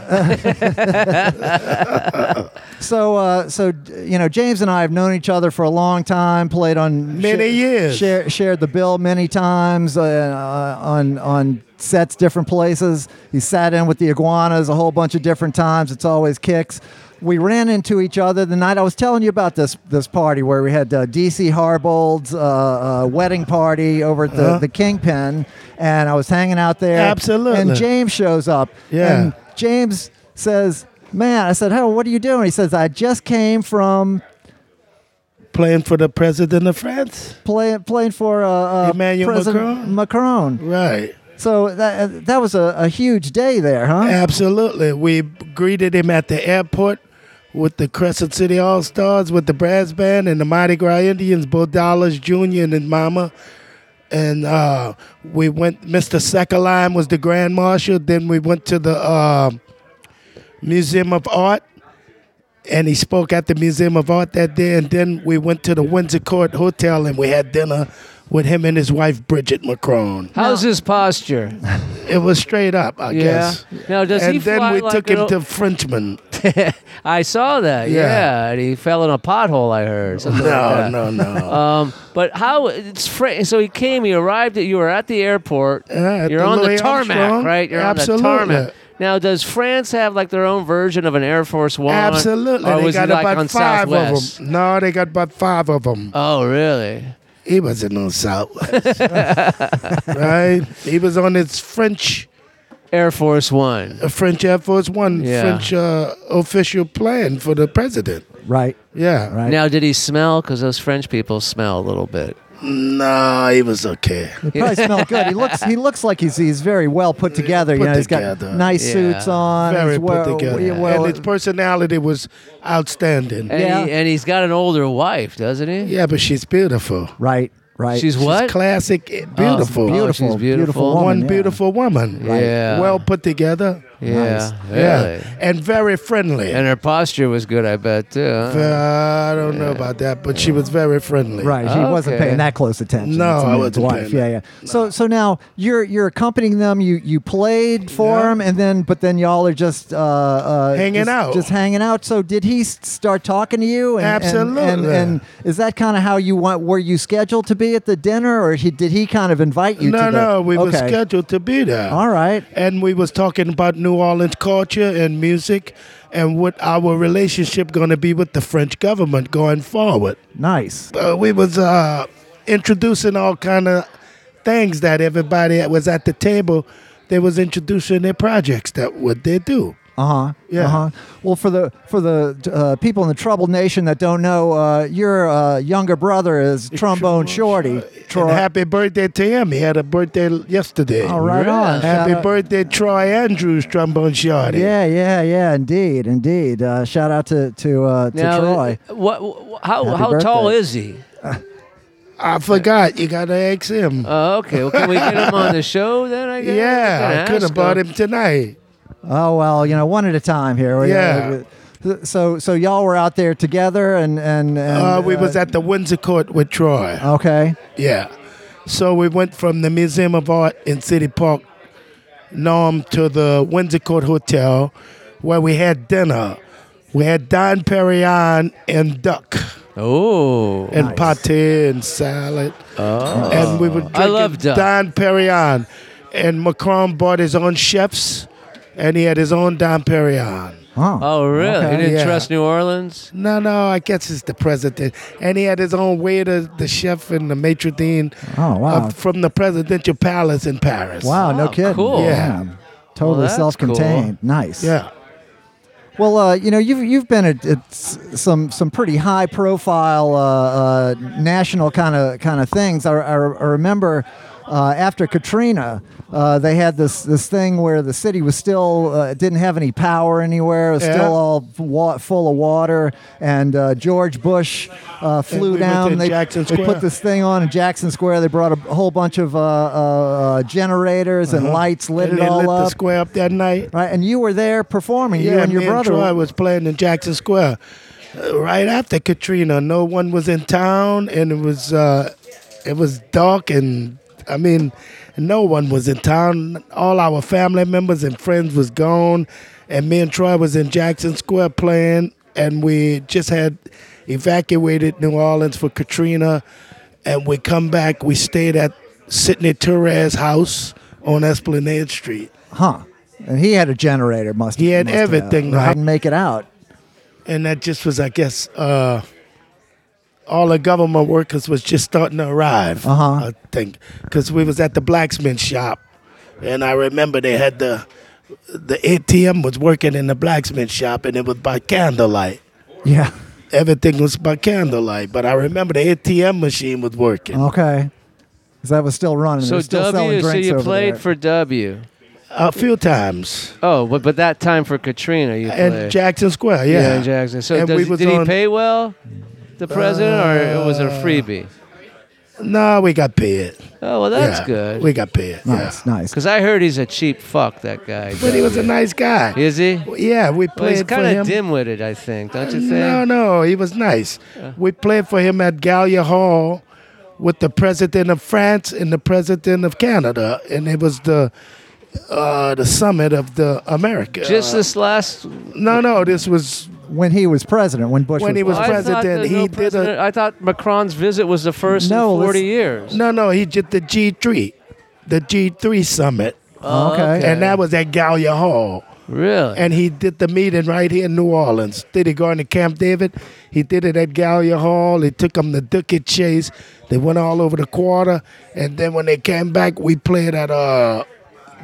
Speaker 1: So, uh, so you know, James and I have known each other for a long time. Played on
Speaker 3: Many years.
Speaker 1: Share, shared the bill many times uh, uh, on on sets, different places. He sat in with the iguanas a whole bunch of different times. It's always kicks. We ran into each other the night I was telling you about this this party where we had uh, DC Harbauld's uh, uh, wedding party over at the,
Speaker 3: Uh-huh.
Speaker 1: the Kingpin, and I was hanging out there.
Speaker 3: Absolutely.
Speaker 1: And James shows up.
Speaker 3: Yeah.
Speaker 1: And James says, Man, I said, Hey, what are you doing? He says, I just came from
Speaker 3: Playing for the president of France.
Speaker 1: playing playing for uh, uh,
Speaker 3: Emmanuel
Speaker 1: President Macron.
Speaker 3: Right.
Speaker 1: So that, that was a, a huge day there, huh?
Speaker 3: Absolutely. We greeted him at the airport with the Crescent City All Stars, with the brass band and the Mardi Gras Indians, Bo Dallas Jr. and his mama. And uh, we went, Mr. Sekaline was the Grand Marshal. Then we went to the uh, Museum of Art. And he spoke at the Museum of Art that day. And then we went to the Windsor Court Hotel and we had dinner with him and his wife, Bridget Macron.
Speaker 2: How's his posture?
Speaker 3: It was straight up, I
Speaker 2: Yeah.
Speaker 3: guess.
Speaker 2: Now does he
Speaker 3: and then
Speaker 2: fly
Speaker 3: we
Speaker 2: like
Speaker 3: took
Speaker 2: an
Speaker 3: him
Speaker 2: o-
Speaker 3: to Frenchman.
Speaker 2: I saw that. Yeah.
Speaker 3: Yeah.
Speaker 2: and he fell in a pothole. I heard. something like that.
Speaker 3: No, no, no.
Speaker 2: Um, but how it's fra- so he came, he arrived. At, you were at the airport.
Speaker 3: Yeah, at
Speaker 2: You're
Speaker 3: the
Speaker 2: on the
Speaker 3: Louis
Speaker 2: tarmac,
Speaker 3: Armstrong.
Speaker 2: right? You're
Speaker 3: Absolutely.
Speaker 2: on the tarmac. Now, does France have like their own version of an Air Force One?
Speaker 3: Absolutely.
Speaker 2: uh, Or
Speaker 3: they
Speaker 2: was
Speaker 3: got
Speaker 2: it like
Speaker 3: about
Speaker 2: on
Speaker 3: five
Speaker 2: Southwest?
Speaker 3: of them. No, they got about five of them.
Speaker 2: Oh, really?
Speaker 3: He wasn't on Southwest. right? He was on his French
Speaker 2: Air Force One.
Speaker 3: uh, French Air Force One,
Speaker 2: Yeah.
Speaker 3: French uh, official plan for the president.
Speaker 1: Right,
Speaker 3: Yeah.
Speaker 1: right.
Speaker 2: Now, did he smell? Because those French people smell a little bit.
Speaker 3: No, he was okay.
Speaker 1: He probably smelled good. He looks he looks like he's he's very well put together. you
Speaker 3: Uh, Put
Speaker 1: know, he's
Speaker 3: together.
Speaker 1: got nice
Speaker 2: Yeah.
Speaker 1: suits on.
Speaker 3: Very
Speaker 1: he's
Speaker 3: put
Speaker 1: well,
Speaker 3: together.
Speaker 1: well-
Speaker 3: and
Speaker 2: uh,
Speaker 3: his personality was outstanding.
Speaker 2: And,
Speaker 1: Yeah.
Speaker 2: he, and he's got an older wife, doesn't he?
Speaker 3: yeah, but she's beautiful.
Speaker 1: right, right.
Speaker 2: She's
Speaker 3: She's
Speaker 2: what?
Speaker 3: classic, eh, beautiful.
Speaker 2: beautiful.
Speaker 1: Oh, beautiful,
Speaker 2: she's beautiful.
Speaker 1: beautiful. woman,
Speaker 3: One
Speaker 1: yeah.
Speaker 3: beautiful woman.
Speaker 2: Right. Yeah.
Speaker 3: Well put together.
Speaker 2: yeah. Really.
Speaker 3: Yeah. And very friendly.
Speaker 2: And her posture was good, I bet too. huh?
Speaker 3: Uh, I don't know about that, but she was very friendly. Uh,
Speaker 1: Right, he wasn't
Speaker 2: Okay.
Speaker 1: paying that close attention.
Speaker 3: No,
Speaker 1: It's
Speaker 3: I
Speaker 1: his
Speaker 3: wasn't
Speaker 1: wife.
Speaker 3: paying
Speaker 1: Yeah, yeah. So, so now you're you're accompanying them. You you played for
Speaker 3: Yeah.
Speaker 1: him, and then but then y'all are just uh, uh,
Speaker 3: Hanging
Speaker 1: just-
Speaker 3: out.
Speaker 1: just hanging out. So did he s- start talking to you? And, and- and-
Speaker 3: Absolutely.
Speaker 1: And, is that kind of how you want? Were you scheduled to be at the dinner, or he, did he kind of invite you? to
Speaker 3: No,
Speaker 1: the,
Speaker 3: no, we were
Speaker 1: Okay.
Speaker 3: scheduled to be there.
Speaker 1: All right.
Speaker 3: And we was talking about New Orleans culture and music and what our relationship going to be with the French government going forward.
Speaker 1: Nice.
Speaker 3: Uh, we was uh, introducing all kind of things that everybody that was at the table, they was introducing their projects that what they do.
Speaker 1: Uh huh.
Speaker 3: Yeah.
Speaker 1: Uh-huh. Well, for the for the uh, people in the troubled nation that don't know, uh, your uh, younger brother is trombone shorty.
Speaker 3: And
Speaker 1: Troy.
Speaker 3: happy birthday to him. He had a birthday l- yesterday.
Speaker 1: All Oh, right on.
Speaker 3: Happy
Speaker 1: Shout out-
Speaker 3: birthday, Troy Andrews, trombone shorty.
Speaker 1: Yeah, yeah, yeah. Indeed, indeed. Uh, shout out to to uh, to
Speaker 2: now,
Speaker 1: Troy.
Speaker 2: What, wh- how
Speaker 1: Happy
Speaker 2: how tall
Speaker 1: birthday.
Speaker 2: is he?
Speaker 3: I forgot. You gotta ask him.
Speaker 2: Uh, okay, well, can we get him on the show then? I guess.
Speaker 3: yeah, I
Speaker 2: Can
Speaker 3: could
Speaker 2: ask
Speaker 3: have brought him tonight.
Speaker 2: uh,
Speaker 1: Oh well, you know, one at a time here. We- uh,
Speaker 3: Yeah.
Speaker 1: So so y'all were out there together, and and, and
Speaker 3: uh, we was at the Windsor Court with Troy.
Speaker 1: okay.
Speaker 3: Yeah. So we went from the Museum of Art in City Park, Norm, to the Windsor Court Hotel, where we had dinner. We had Don Perignon and duck
Speaker 2: Oh,
Speaker 3: and pate and salad.
Speaker 2: Oh.
Speaker 3: And we would
Speaker 2: I love duck.
Speaker 3: Don Perignon. And Macron bought his own chefs, and he had his own Don Perignon.
Speaker 1: Oh,
Speaker 2: oh, really?
Speaker 1: Okay.
Speaker 2: he didn't
Speaker 3: yeah.
Speaker 2: trust New Orleans.
Speaker 3: No, no, I guess it's the president. And he had his own waiter, the chef, and the maitre d'
Speaker 1: Oh wow,
Speaker 3: up from the presidential palace in Paris.
Speaker 1: wow, no
Speaker 2: Wow,
Speaker 1: kidding.
Speaker 2: cool.
Speaker 3: Yeah.
Speaker 1: Man, Totally
Speaker 2: that's
Speaker 1: self-contained. Nice.
Speaker 3: Yeah.
Speaker 1: Well, uh, you know, you've you've been at, at s- some some pretty high profile uh, uh, national kind of kind of things. I, I, I remember uh, after Katrina, uh, they had this this thing where the city was still uh, didn't have any power anywhere. It was
Speaker 3: Yeah.
Speaker 1: still all wa- full of water, and uh, George Bush uh, flew
Speaker 3: we went
Speaker 1: down.
Speaker 3: to
Speaker 1: they,
Speaker 3: Jackson
Speaker 1: they
Speaker 3: Square.
Speaker 1: put this thing on in Jackson Square. They brought a whole bunch of uh, uh, uh, generators and lights, lit
Speaker 3: Uh-huh. and
Speaker 1: it
Speaker 3: they
Speaker 1: all
Speaker 3: lit
Speaker 1: up.
Speaker 3: the square up that night.
Speaker 1: Right, and you were there performing. you and your
Speaker 3: me
Speaker 1: brother.
Speaker 3: Troy was playing in Jackson Square uh, right after Katrina. No one was in town, and it was uh, it was dark, and I mean, no one was in town. All our family members and friends was gone, and me and Troy was in Jackson Square playing, and we just had evacuated New Orleans for Katrina, and we come back. We stayed at Sidney Torres' house on Esplanade Street.
Speaker 1: Huh. And he had a generator, must
Speaker 3: He had
Speaker 1: must have,
Speaker 3: everything.
Speaker 1: Right? Didn't make it out.
Speaker 3: and that just was, I guess, uh, all the government workers was just starting to arrive.
Speaker 1: Uh-huh.
Speaker 3: I think because we was at the blacksmith shop, and I remember they had the the ATM was working in the blacksmith shop, and it was by candlelight.
Speaker 1: Yeah.
Speaker 3: Everything was by candlelight, but I remember the ATM machine was working.
Speaker 1: Okay. 'Cause that was still
Speaker 3: Mm,
Speaker 1: running. They
Speaker 2: So
Speaker 1: were still selling
Speaker 2: W. So
Speaker 1: drinks
Speaker 2: you
Speaker 1: over
Speaker 2: played
Speaker 1: there.
Speaker 2: for W.
Speaker 3: A few times
Speaker 2: Oh, but but that time for Katrina, you
Speaker 3: in
Speaker 2: played.
Speaker 3: Jackson Square, yeah.
Speaker 2: yeah, in Jackson. So
Speaker 3: And we
Speaker 2: does,
Speaker 3: was
Speaker 2: did he
Speaker 3: on- Uh,
Speaker 2: pay well, the president, or was it a freebie?
Speaker 3: No, we got paid.
Speaker 2: Oh well, that's
Speaker 3: Yeah,
Speaker 2: good.
Speaker 3: We got paid.
Speaker 1: Nice,
Speaker 3: Yeah.
Speaker 1: nice.
Speaker 2: Because I heard he's a cheap fuck, that guy.
Speaker 3: But he was a nice guy.
Speaker 2: Is he?
Speaker 3: Yeah, we
Speaker 2: Well,
Speaker 3: played
Speaker 2: he's
Speaker 3: for
Speaker 2: kind
Speaker 3: him.
Speaker 2: of dim witted, I think, don't you think?
Speaker 3: No, no, he was nice. We played for him at Gallia Hall with the president of France and the president of Canada, and it was the uh, the summit of the America. Uh,
Speaker 2: Just this last.
Speaker 3: no, no, this was
Speaker 1: When he was president, when Bush
Speaker 3: When
Speaker 1: was,
Speaker 3: he was
Speaker 1: president.
Speaker 2: I thought,
Speaker 3: president,
Speaker 2: that
Speaker 3: he
Speaker 2: no
Speaker 3: did a-
Speaker 2: president- I thought Macron's visit was the first
Speaker 1: No,
Speaker 2: in
Speaker 1: let's-
Speaker 2: 40 years.
Speaker 3: no, no. He did the G three, the G three summit,
Speaker 2: Oh,
Speaker 1: Okay.
Speaker 3: and that was at Gallia Hall.
Speaker 2: Really?
Speaker 3: And he did the meeting right here in New Orleans. Did it going to Camp David? He did it at Gallia Hall. They took him to Duckett Chase. They went all over the quarter. And then when they came back, we played at uh,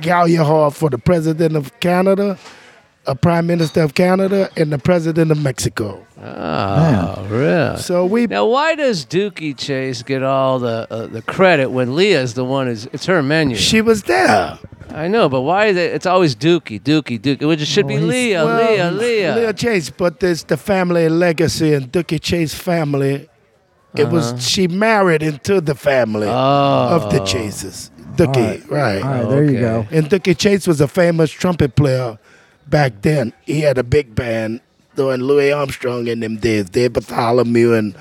Speaker 3: Gallia Hall for the President of Canada, a Prime Minister of Canada, and the President of Mexico.
Speaker 2: oh, really?
Speaker 3: So we,
Speaker 2: Now, why does Dookie Chase get all the uh, the credit when Leah's the one is? It's her menu.
Speaker 3: she was there.
Speaker 2: I know, but why is it? It's always Dookie, Dookie, Dookie. Which it should
Speaker 3: Oh,
Speaker 2: be Leah, Leah, Leah.
Speaker 3: Leah Chase, but there's the family legacy and Duckett Chase family. It
Speaker 1: Uh-huh.
Speaker 3: was she married into the family.
Speaker 2: oh.
Speaker 3: of the Chases. Dookie, right.
Speaker 1: All right, there you go.
Speaker 2: Okay.
Speaker 3: And Dookie Chase was a famous trumpet player back then. He had a big band doing Louis Armstrong in them days. Dave Bartholomew and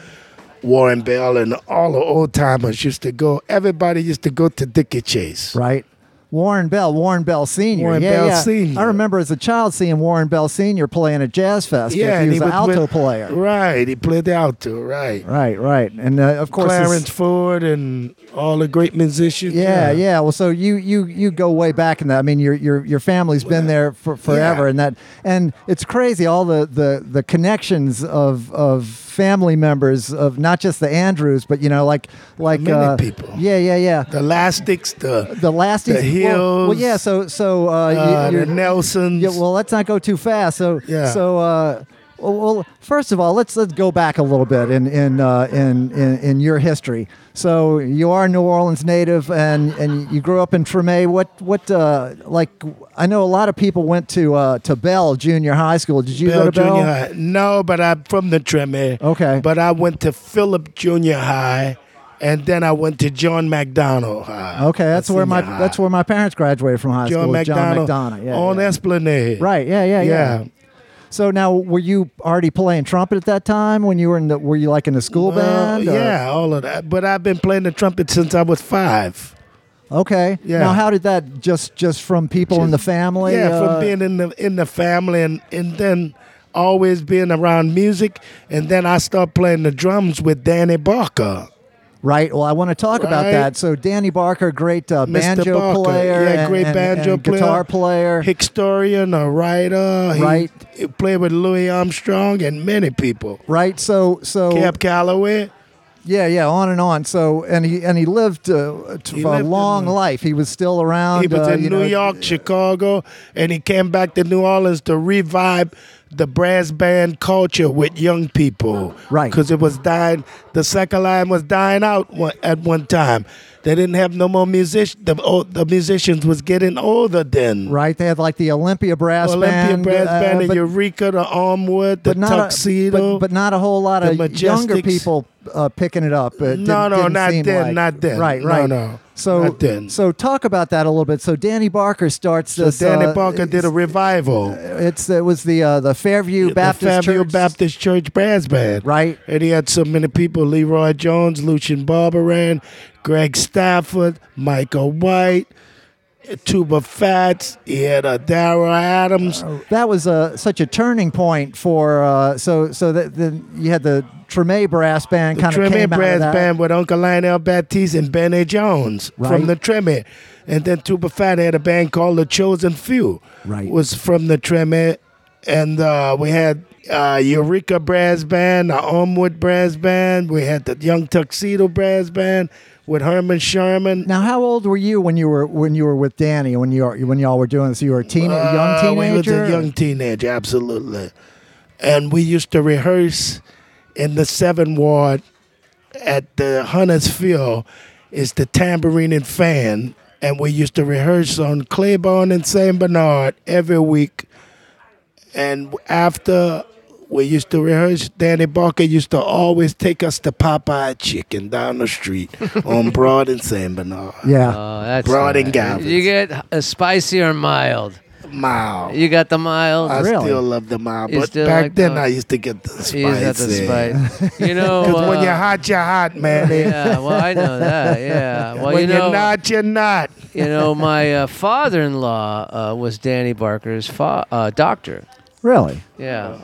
Speaker 3: Warren Bell and all the old timers used to go. Everybody used to go to Dookie Chase.
Speaker 1: Right. Warren Bell, Warren Bell Sr.
Speaker 3: Warren
Speaker 1: yeah,
Speaker 3: Bell
Speaker 1: yeah.
Speaker 3: Sr..
Speaker 1: I remember as a child seeing Warren Bell Sr. playing at Jazz Fest.
Speaker 3: Yeah,
Speaker 1: he
Speaker 3: and
Speaker 1: was an
Speaker 3: would
Speaker 1: alto
Speaker 3: win-
Speaker 1: player.
Speaker 3: Right, he played the alto. Right,
Speaker 1: Right, right. And uh, of course, his-
Speaker 3: Clarence Ford and all the great musicians.
Speaker 1: Yeah, yeah, Well, so you you you go way back in that. I mean, your your your family's been there for, forever,
Speaker 3: Yeah.
Speaker 1: and that and it's crazy all the the the connections of of family members of not just the Andrews, but you know, like like
Speaker 3: Many
Speaker 1: uh,
Speaker 3: people.
Speaker 1: Yeah, yeah, yeah.
Speaker 3: The Elastics, the,
Speaker 1: The last
Speaker 3: The
Speaker 1: Well, well,
Speaker 3: Hills,
Speaker 1: yeah. So so uh, y-
Speaker 3: uh,
Speaker 1: you're-
Speaker 3: the Nelsons.
Speaker 1: yeah, well, let's not go too fast. So,
Speaker 3: Yeah.
Speaker 1: so uh, well, well, first of all, let's let's go back a little bit in in, uh, in in in your history. So, you are a New Orleans native, and and you grew up in Tremay. What what uh, like I know a lot of people went to uh, to Bell Junior High School. Did you go
Speaker 3: Bell
Speaker 1: to Bell?
Speaker 3: Junior High. No, but I'm from the trim here.
Speaker 1: Okay.
Speaker 3: But I went to Philip Junior High, and then I went to John McDonald High.
Speaker 1: Okay, that's
Speaker 3: a
Speaker 1: where my
Speaker 3: senior high.
Speaker 1: that's where my parents graduated from high
Speaker 3: John
Speaker 1: school.
Speaker 3: McDonald,
Speaker 1: John McDonough. Yeah,
Speaker 3: on
Speaker 1: yeah.
Speaker 3: Esplanade.
Speaker 1: Right. Yeah, yeah. Yeah.
Speaker 3: Yeah.
Speaker 1: So now, were you already playing trumpet at that time? When you were in the, were you like in the school
Speaker 3: Well,
Speaker 1: band? or-
Speaker 3: yeah, all of that. But I've been playing the trumpet since I was five.
Speaker 1: Okay.
Speaker 3: Yeah.
Speaker 1: Now, how did that just just from people in the family?
Speaker 3: yeah,
Speaker 1: uh,
Speaker 3: from being in the in the family and and then always being around music. And then I start playing the drums with Danny Barker.
Speaker 1: right. Well, I want to talk about
Speaker 3: Right.
Speaker 1: that. So, Danny Barker, great uh,
Speaker 3: Mr.
Speaker 1: banjo
Speaker 3: Barker,
Speaker 1: player,
Speaker 3: yeah,
Speaker 1: and-
Speaker 3: great
Speaker 1: and-
Speaker 3: banjo
Speaker 1: and
Speaker 3: player,
Speaker 1: guitar player.
Speaker 3: historian, a writer. He-
Speaker 1: Right.
Speaker 3: He played with Louis Armstrong and many people.
Speaker 1: Right. So, so
Speaker 3: Cap Calloway.
Speaker 1: yeah, yeah, on and on. So, and he and he lived uh, t-
Speaker 3: He
Speaker 1: a
Speaker 3: lived in,
Speaker 1: long
Speaker 3: uh,
Speaker 1: life. He was still around.
Speaker 3: He was
Speaker 1: uh,
Speaker 3: in
Speaker 1: you
Speaker 3: New
Speaker 1: know,
Speaker 3: York, Chicago, and he came back to New Orleans to revive the brass band culture with young people.
Speaker 1: Right.
Speaker 3: Because it was dying, the second line was dying out one, at one time. They didn't have no more musicians. The, oh, the musicians was getting older then.
Speaker 1: Right. They had like the Olympia brass
Speaker 3: Olympia
Speaker 1: band.
Speaker 3: Brass
Speaker 1: uh,
Speaker 3: Band, the
Speaker 1: but-
Speaker 3: Eureka, the Armwood, the
Speaker 1: but not
Speaker 3: Tuxedo.
Speaker 1: a, but, but not a whole lot
Speaker 3: the
Speaker 1: of younger
Speaker 3: Majestics.
Speaker 1: people uh, picking it up. It
Speaker 3: No,
Speaker 1: didn't,
Speaker 3: no,
Speaker 1: didn't
Speaker 3: not
Speaker 1: seem
Speaker 3: then,
Speaker 1: like-
Speaker 3: not then.
Speaker 1: Right,
Speaker 3: No,
Speaker 1: right.
Speaker 3: no,
Speaker 1: so
Speaker 3: not then.
Speaker 1: so talk about that a little bit. So Danny Barker starts
Speaker 3: So
Speaker 1: this.
Speaker 3: Danny
Speaker 1: uh,
Speaker 3: Barker did a revival.
Speaker 1: It's it was the uh, the Fairview Baptist
Speaker 3: the Fairview
Speaker 1: Church,
Speaker 3: Baptist Church Brass Band.
Speaker 1: right?
Speaker 3: And he had so many people Leroy Jones, Lucian Barberan, Greg Stafford, Michael White, Tuba Fats. He had uh, Dara Adams.
Speaker 1: That was uh, such a turning point for uh, so so that then you had the Tremay Brass Band kind of
Speaker 3: Tremé
Speaker 1: came out of
Speaker 3: Brass
Speaker 1: that.
Speaker 3: Band with Uncle Lionel Baptiste and Benny Jones
Speaker 1: Right.
Speaker 3: from the Tremé. And then Tuba Fat had a band called The Chosen Few.
Speaker 1: Right.
Speaker 3: Was from the Tremé. And uh, we had uh, Eureka Brass Band, the Ormwood Brass Band. We had the Young Tuxedo Brass Band with Herman Sherman.
Speaker 1: Now, how old were you when you were when you were with Danny when you were, when y'all were doing this? You were a teen, a young
Speaker 3: Uh,
Speaker 1: teenager.
Speaker 3: We was a young teenager, absolutely. And we used to rehearse in the Seven Ward at the Huntersville. It's the tambourine and fan, and we used to rehearse on Claiborne and Saint Bernard every week. And after we used to rehearse, Danny Barker used to always take us to Popeye Chicken down the street on Broad and Saint Bernard.
Speaker 1: yeah.
Speaker 2: Oh, that's
Speaker 3: Broad and
Speaker 2: nice.
Speaker 3: Galvin.
Speaker 2: You get a spicy or mild.
Speaker 3: Mile.
Speaker 2: You got the mild.
Speaker 3: I
Speaker 1: Really?
Speaker 3: still love the mob,
Speaker 2: You
Speaker 3: but
Speaker 2: still
Speaker 3: back
Speaker 2: like
Speaker 3: then
Speaker 2: the-
Speaker 3: I used to get the spice.
Speaker 2: You got the spice. You know.
Speaker 3: Because when
Speaker 2: uh,
Speaker 3: you're hot, you're hot, man.
Speaker 2: yeah, well, I know that. Yeah. Well,
Speaker 3: when
Speaker 2: you know,
Speaker 3: are not, you're not.
Speaker 2: you know, my uh, father-in-law uh, was Danny Barker's fa- uh, doctor.
Speaker 1: Really?
Speaker 2: Yeah,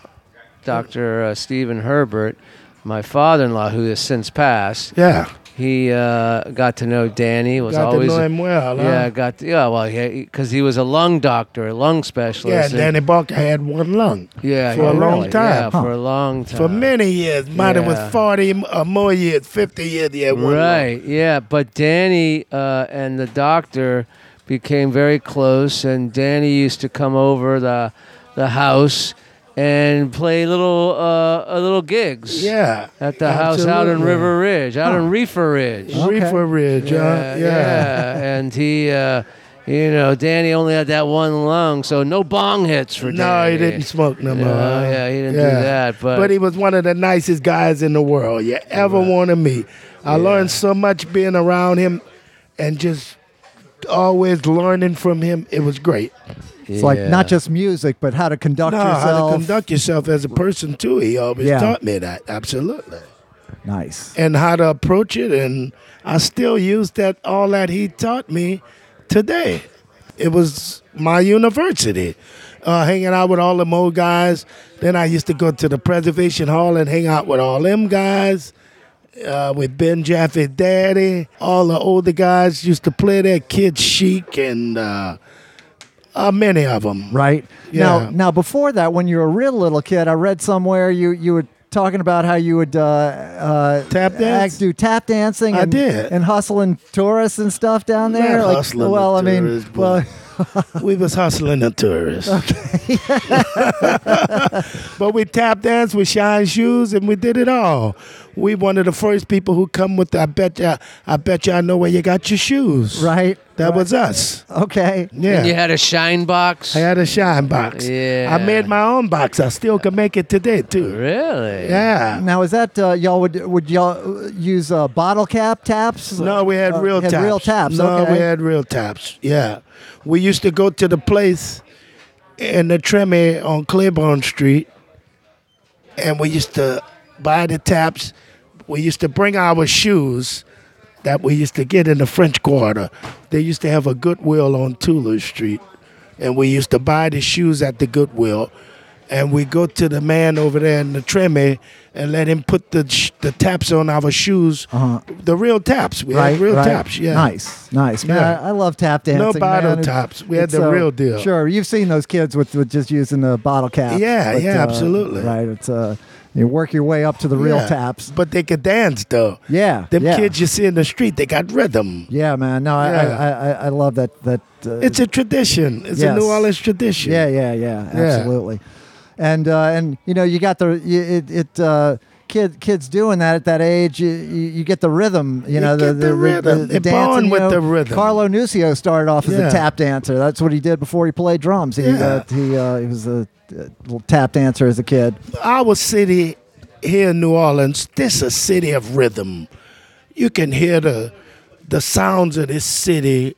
Speaker 2: Doctor uh, Stephen Herbert, my father-in-law, who has since passed.
Speaker 3: Yeah.
Speaker 2: He uh, got to know Danny. Was
Speaker 3: Got to
Speaker 2: always
Speaker 3: know him well.
Speaker 2: yeah,
Speaker 3: huh?
Speaker 2: got to, yeah. Well, because he was a lung doctor, a lung
Speaker 3: Yeah,
Speaker 2: specialist. and-
Speaker 3: Danny Barker had one lung
Speaker 2: Yeah,
Speaker 3: for a
Speaker 2: yeah,
Speaker 3: long
Speaker 2: really,
Speaker 3: time.
Speaker 2: Yeah, for a long time.
Speaker 3: For many years. Mine
Speaker 2: Yeah.
Speaker 3: was 40 or uh, more years, 50 years. He had one lung.
Speaker 2: Right. Yeah, but Danny uh, and the doctor became very close, and Danny used to come over the the house and play little uh, uh, little gigs.
Speaker 3: Yeah.
Speaker 2: At the house out in
Speaker 3: absolutely.
Speaker 2: River Ridge, out in Reefer Ridge.
Speaker 1: Okay.
Speaker 3: Reefer Ridge, huh? Yeah.
Speaker 2: yeah, and he. Uh, you know, Danny only had that one lung, so no bong hits for
Speaker 3: No,
Speaker 2: Danny.
Speaker 3: he didn't smoke no
Speaker 2: Yeah,
Speaker 3: more. huh?
Speaker 2: yeah, he didn't do that, but-
Speaker 3: he was one of the nicest guys in the world you ever want to meet. I learned so much being around him, and just always learning from him. It was great.
Speaker 1: It's like
Speaker 2: Yeah.
Speaker 1: not just music, but how to conduct
Speaker 3: No,
Speaker 1: yourself.
Speaker 3: how to conduct yourself as a person too. He always
Speaker 1: Yeah.
Speaker 3: taught me that absolutely,
Speaker 1: nice.
Speaker 3: and how to approach it. And I still use that all that he taught me today. It was my university. Uh, hanging out with all them old guys. Then I used to go to the preservation hall and hang out with all them guys. Uh, with Ben Jaffe Daddy. All the older guys used to play their kids chic and uh, uh, many of them.
Speaker 1: Right
Speaker 3: Yeah.
Speaker 1: now, now before that, when you were a real little kid, I read somewhere you you were talking about how you would uh, uh,
Speaker 3: Tap
Speaker 1: act-
Speaker 3: dance?
Speaker 1: do tap dancing.
Speaker 3: I
Speaker 1: And,
Speaker 3: did.
Speaker 1: and hustling tourists and stuff down there.
Speaker 3: Not
Speaker 1: Like,
Speaker 3: hustling
Speaker 1: well,
Speaker 3: the
Speaker 1: I mean,
Speaker 3: tourists, but-
Speaker 1: well,
Speaker 3: We was hustling the tourists. Okay. but we tap dance, we shine shoes, and we did it all. We one of the first people who come with. I bet you. I bet you. I know where you got your shoes.
Speaker 1: right?
Speaker 3: That
Speaker 1: right.
Speaker 3: was us.
Speaker 1: okay.
Speaker 3: Yeah.
Speaker 2: And you had a shine box.
Speaker 3: I had a shine box.
Speaker 2: Yeah.
Speaker 3: I made my own box. I still can make it today too.
Speaker 2: really?
Speaker 3: Yeah.
Speaker 1: Now is that uh, y'all would would y'all uh, use uh, bottle cap taps?
Speaker 3: No, we had
Speaker 1: Uh,
Speaker 3: real
Speaker 1: had
Speaker 3: taps.
Speaker 1: Real taps.
Speaker 3: No,
Speaker 1: okay.
Speaker 3: we had real taps. Yeah. We used to go to the place in the Tremé on Claiborne Street and we used to buy the taps. We used to bring our shoes that we used to get in the French Quarter. They used to have a Goodwill on Tula Street. And we used to buy the shoes at the Goodwill. And we go to the man over there in the Treme and let him put the sh- the taps on our shoes,
Speaker 1: Uh-huh.
Speaker 3: the real taps. We
Speaker 1: right,
Speaker 3: had real
Speaker 1: right.
Speaker 3: taps, yeah.
Speaker 1: Nice, nice. Man,
Speaker 3: Yeah.
Speaker 1: I, I love tap dancing.
Speaker 3: bottle
Speaker 1: man. It's-
Speaker 3: taps. We had
Speaker 1: it's, uh,
Speaker 3: the real deal.
Speaker 1: Sure, you've seen those kids with, with just using the bottle cap.
Speaker 3: Yeah, yeah, absolutely.
Speaker 1: Right, it's uh, you work your way up to the real
Speaker 3: Yeah.
Speaker 1: taps.
Speaker 3: But they could dance though.
Speaker 1: Yeah,
Speaker 3: Them
Speaker 1: yeah.
Speaker 3: kids you see in the street, they got rhythm.
Speaker 1: Yeah, man. No, I,
Speaker 3: Yeah.
Speaker 1: I, I, I love that. That uh,
Speaker 3: It's a tradition. It's
Speaker 1: Yes.
Speaker 3: a New Orleans tradition.
Speaker 1: Yeah, yeah, yeah,
Speaker 3: Yeah.
Speaker 1: absolutely. And uh, and you know you got the you, it it uh, kid kids doing that at that age you, you, you get the rhythm you,
Speaker 3: You
Speaker 1: know the
Speaker 3: get the rhythm. They bond
Speaker 1: you
Speaker 3: with
Speaker 1: know.
Speaker 3: the rhythm.
Speaker 1: Carlo Nucio started off as a
Speaker 3: Yeah.
Speaker 1: tap dancer. That's what he did before he played drums. He uh,
Speaker 3: Yeah.
Speaker 1: he uh, he was a uh, little tap dancer as a kid.
Speaker 3: Our city here in New Orleans, this a city of rhythm. You can hear the the sounds of this city.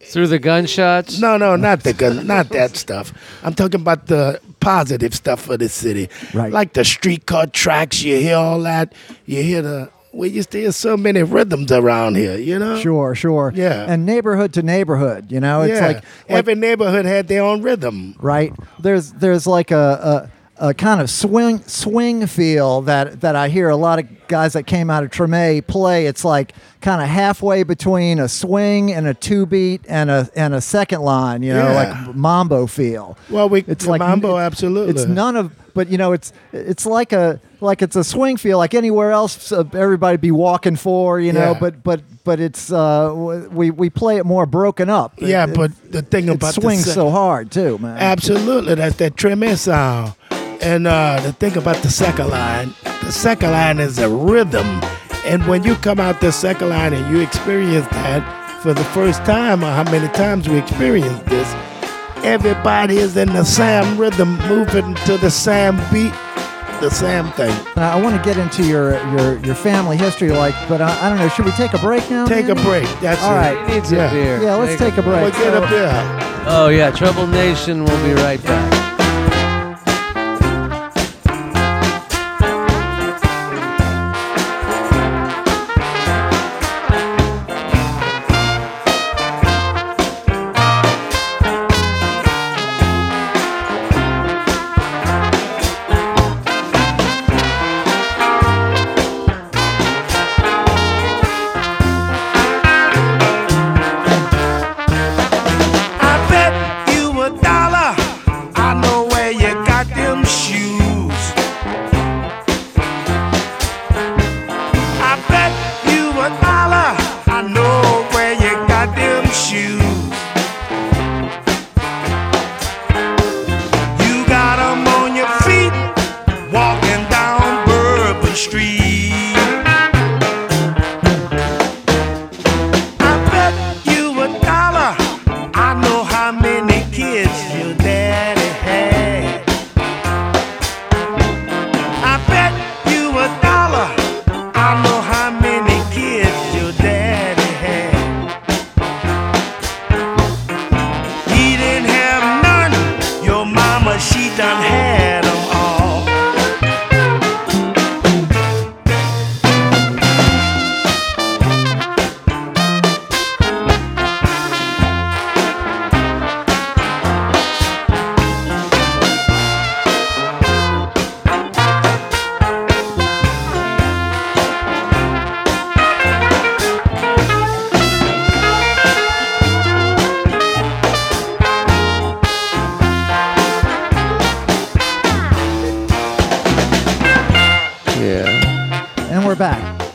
Speaker 2: Through the gunshots?
Speaker 3: No, no, not the gun, not that stuff. I'm talking about the positive stuff for this city.
Speaker 1: Right.
Speaker 3: Like the streetcar tracks, you hear all that. You hear the we used to hear so many rhythms around here, you know?
Speaker 1: Sure, sure.
Speaker 3: Yeah.
Speaker 1: And neighborhood to neighborhood, you know, it's
Speaker 3: yeah.
Speaker 1: like, like
Speaker 3: every neighborhood had their own rhythm.
Speaker 1: right? There's there's like a, a a kind of swing swing feel that that I hear a lot of guys that came out of Treme play. It's like kind of halfway between a swing and a two beat and a and a second line, you know,
Speaker 3: Yeah.
Speaker 1: like mambo feel.
Speaker 3: Well, we
Speaker 1: It's
Speaker 3: the
Speaker 1: like
Speaker 3: mambo,
Speaker 1: it-
Speaker 3: absolutely.
Speaker 1: It's none of, but you know, it's it's like a like it's a swing feel like anywhere else. uh, Everybody be walking for, you know,
Speaker 3: Yeah.
Speaker 1: but but but it's uh w- we we play it more broken up. It-
Speaker 3: Yeah,
Speaker 1: it-
Speaker 3: but the thing
Speaker 1: it
Speaker 3: about the
Speaker 1: swings
Speaker 3: se-
Speaker 1: so hard too, man.
Speaker 3: Absolutely, that's that tremé sound. And uh, the thing about the second line, the second line is a rhythm. And when you come out the second line and you experience that for the first time, or how many times we experience this, everybody is in the same rhythm, moving to the same beat, the same thing.
Speaker 1: Now, I want to get into your your your family history, like, but I, I don't know. Should we take a break now?
Speaker 3: Take a
Speaker 1: Danny?
Speaker 3: break. That's
Speaker 1: Mm-hmm. All
Speaker 3: it.
Speaker 1: right.
Speaker 2: He needs a
Speaker 3: Yeah.
Speaker 2: beer.
Speaker 1: Yeah, let's take a break.
Speaker 3: Well, get up
Speaker 1: So-
Speaker 3: there.
Speaker 2: Oh, yeah. Trouble Nation will be right back.
Speaker 4: I bet you a dollar I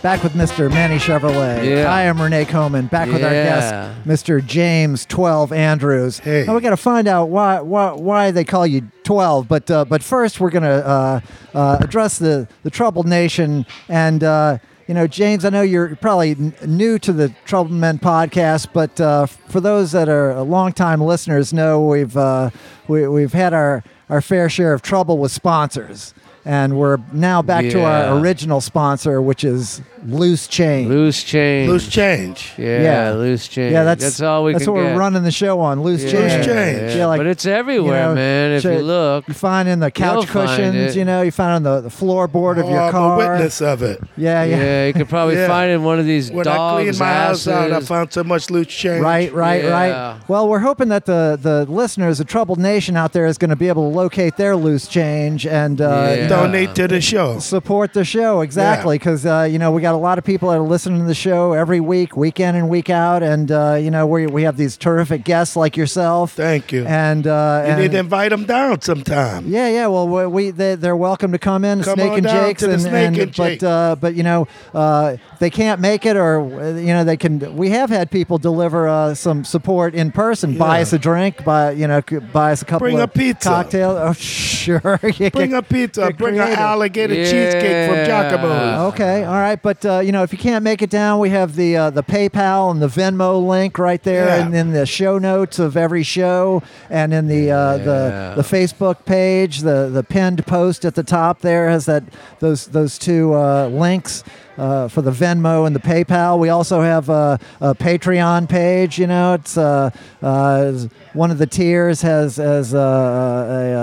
Speaker 1: back with Mr. Manny Chevrolet.
Speaker 2: Yeah.
Speaker 1: I am Renee Coman, back with our
Speaker 2: Yeah.
Speaker 1: guest, Mr. James 12 Andrews.
Speaker 3: Hey.
Speaker 1: Now we got to find out why, why why they call you 12, but uh, but first we're going to uh, uh, address the, the troubled nation. And, uh, you know, James, I know you're probably n- new to the Troubled Men podcast, but uh, for those that are longtime listeners, know we've, uh, we, we've had our, our fair share of trouble with sponsors. And we're now back to our
Speaker 2: Yeah.
Speaker 1: original sponsor, which is Loose Chain.
Speaker 2: Loose change.
Speaker 3: Loose change.
Speaker 2: Yeah, loose change.
Speaker 1: Yeah, that's
Speaker 2: all we
Speaker 1: That's
Speaker 2: can
Speaker 1: what
Speaker 2: get.
Speaker 1: we're running the show on. Loose
Speaker 2: Yeah,
Speaker 1: change.
Speaker 3: Loose change.
Speaker 2: Yeah.
Speaker 1: Yeah, like,
Speaker 2: but it's everywhere,
Speaker 1: know,
Speaker 2: man. If
Speaker 1: shit,
Speaker 2: you look,
Speaker 1: You find in the couch
Speaker 2: You'll find it.
Speaker 1: cushions, you know, you find it on the, the floorboard of
Speaker 3: Oh,
Speaker 1: your
Speaker 3: I'm
Speaker 1: car.
Speaker 3: a witness of it.
Speaker 1: Yeah,
Speaker 2: yeah,
Speaker 1: yeah,
Speaker 2: you could probably
Speaker 3: Yeah.
Speaker 2: find it in one of these
Speaker 3: When I cleaned
Speaker 2: dogs'
Speaker 3: my house out, I
Speaker 2: asses.
Speaker 3: found so much loose change.
Speaker 1: Right, right,
Speaker 2: Yeah.
Speaker 1: right. Well, we're hoping that the, the listeners, the troubled nation out there, is going to be able to locate their loose change and uh,
Speaker 2: Yeah.
Speaker 1: you know,
Speaker 3: Donate to the show.
Speaker 1: support the show exactly because uh, you know we got a lot of people that are listening to the show every week week in and week out and uh, you know we, we have these terrific guests like yourself
Speaker 3: Thank you.
Speaker 1: and uh,
Speaker 3: you
Speaker 1: and-
Speaker 3: need to invite them down sometime.
Speaker 1: yeah, yeah. Well, we, we they, they're welcome to come in,
Speaker 3: Come
Speaker 1: Snake
Speaker 3: on
Speaker 1: and
Speaker 3: down
Speaker 1: Jake's,
Speaker 3: to the
Speaker 1: and,
Speaker 3: Snake
Speaker 1: and,
Speaker 3: and Jake.
Speaker 1: but uh, but you know uh, they can't make it, or uh, you know they can. We have had people deliver uh, some support in person, buy
Speaker 3: Yeah.
Speaker 1: us a drink, buy you know c- buy us a couple
Speaker 3: Bring
Speaker 1: of
Speaker 3: a pizza.
Speaker 1: cocktail. Oh, sure. You
Speaker 3: Bring
Speaker 1: can-
Speaker 3: a pizza.
Speaker 1: They're
Speaker 3: Bring an
Speaker 1: creative.
Speaker 3: alligator cheesecake from
Speaker 2: Yeah.
Speaker 3: Giacomo's.
Speaker 1: Okay, all right, but uh, you know, if you can't make it down, we have the uh, the PayPal and the Venmo link right there,
Speaker 3: Yeah.
Speaker 1: and in the show notes of every show, and in the uh,
Speaker 2: Yeah.
Speaker 1: the the Facebook page, the the pinned post at the top there has that those those two uh, links. Uh, for the Venmo and the PayPal, we also have a, a Patreon page. You know, it's uh, uh, one of the tiers has has uh, a,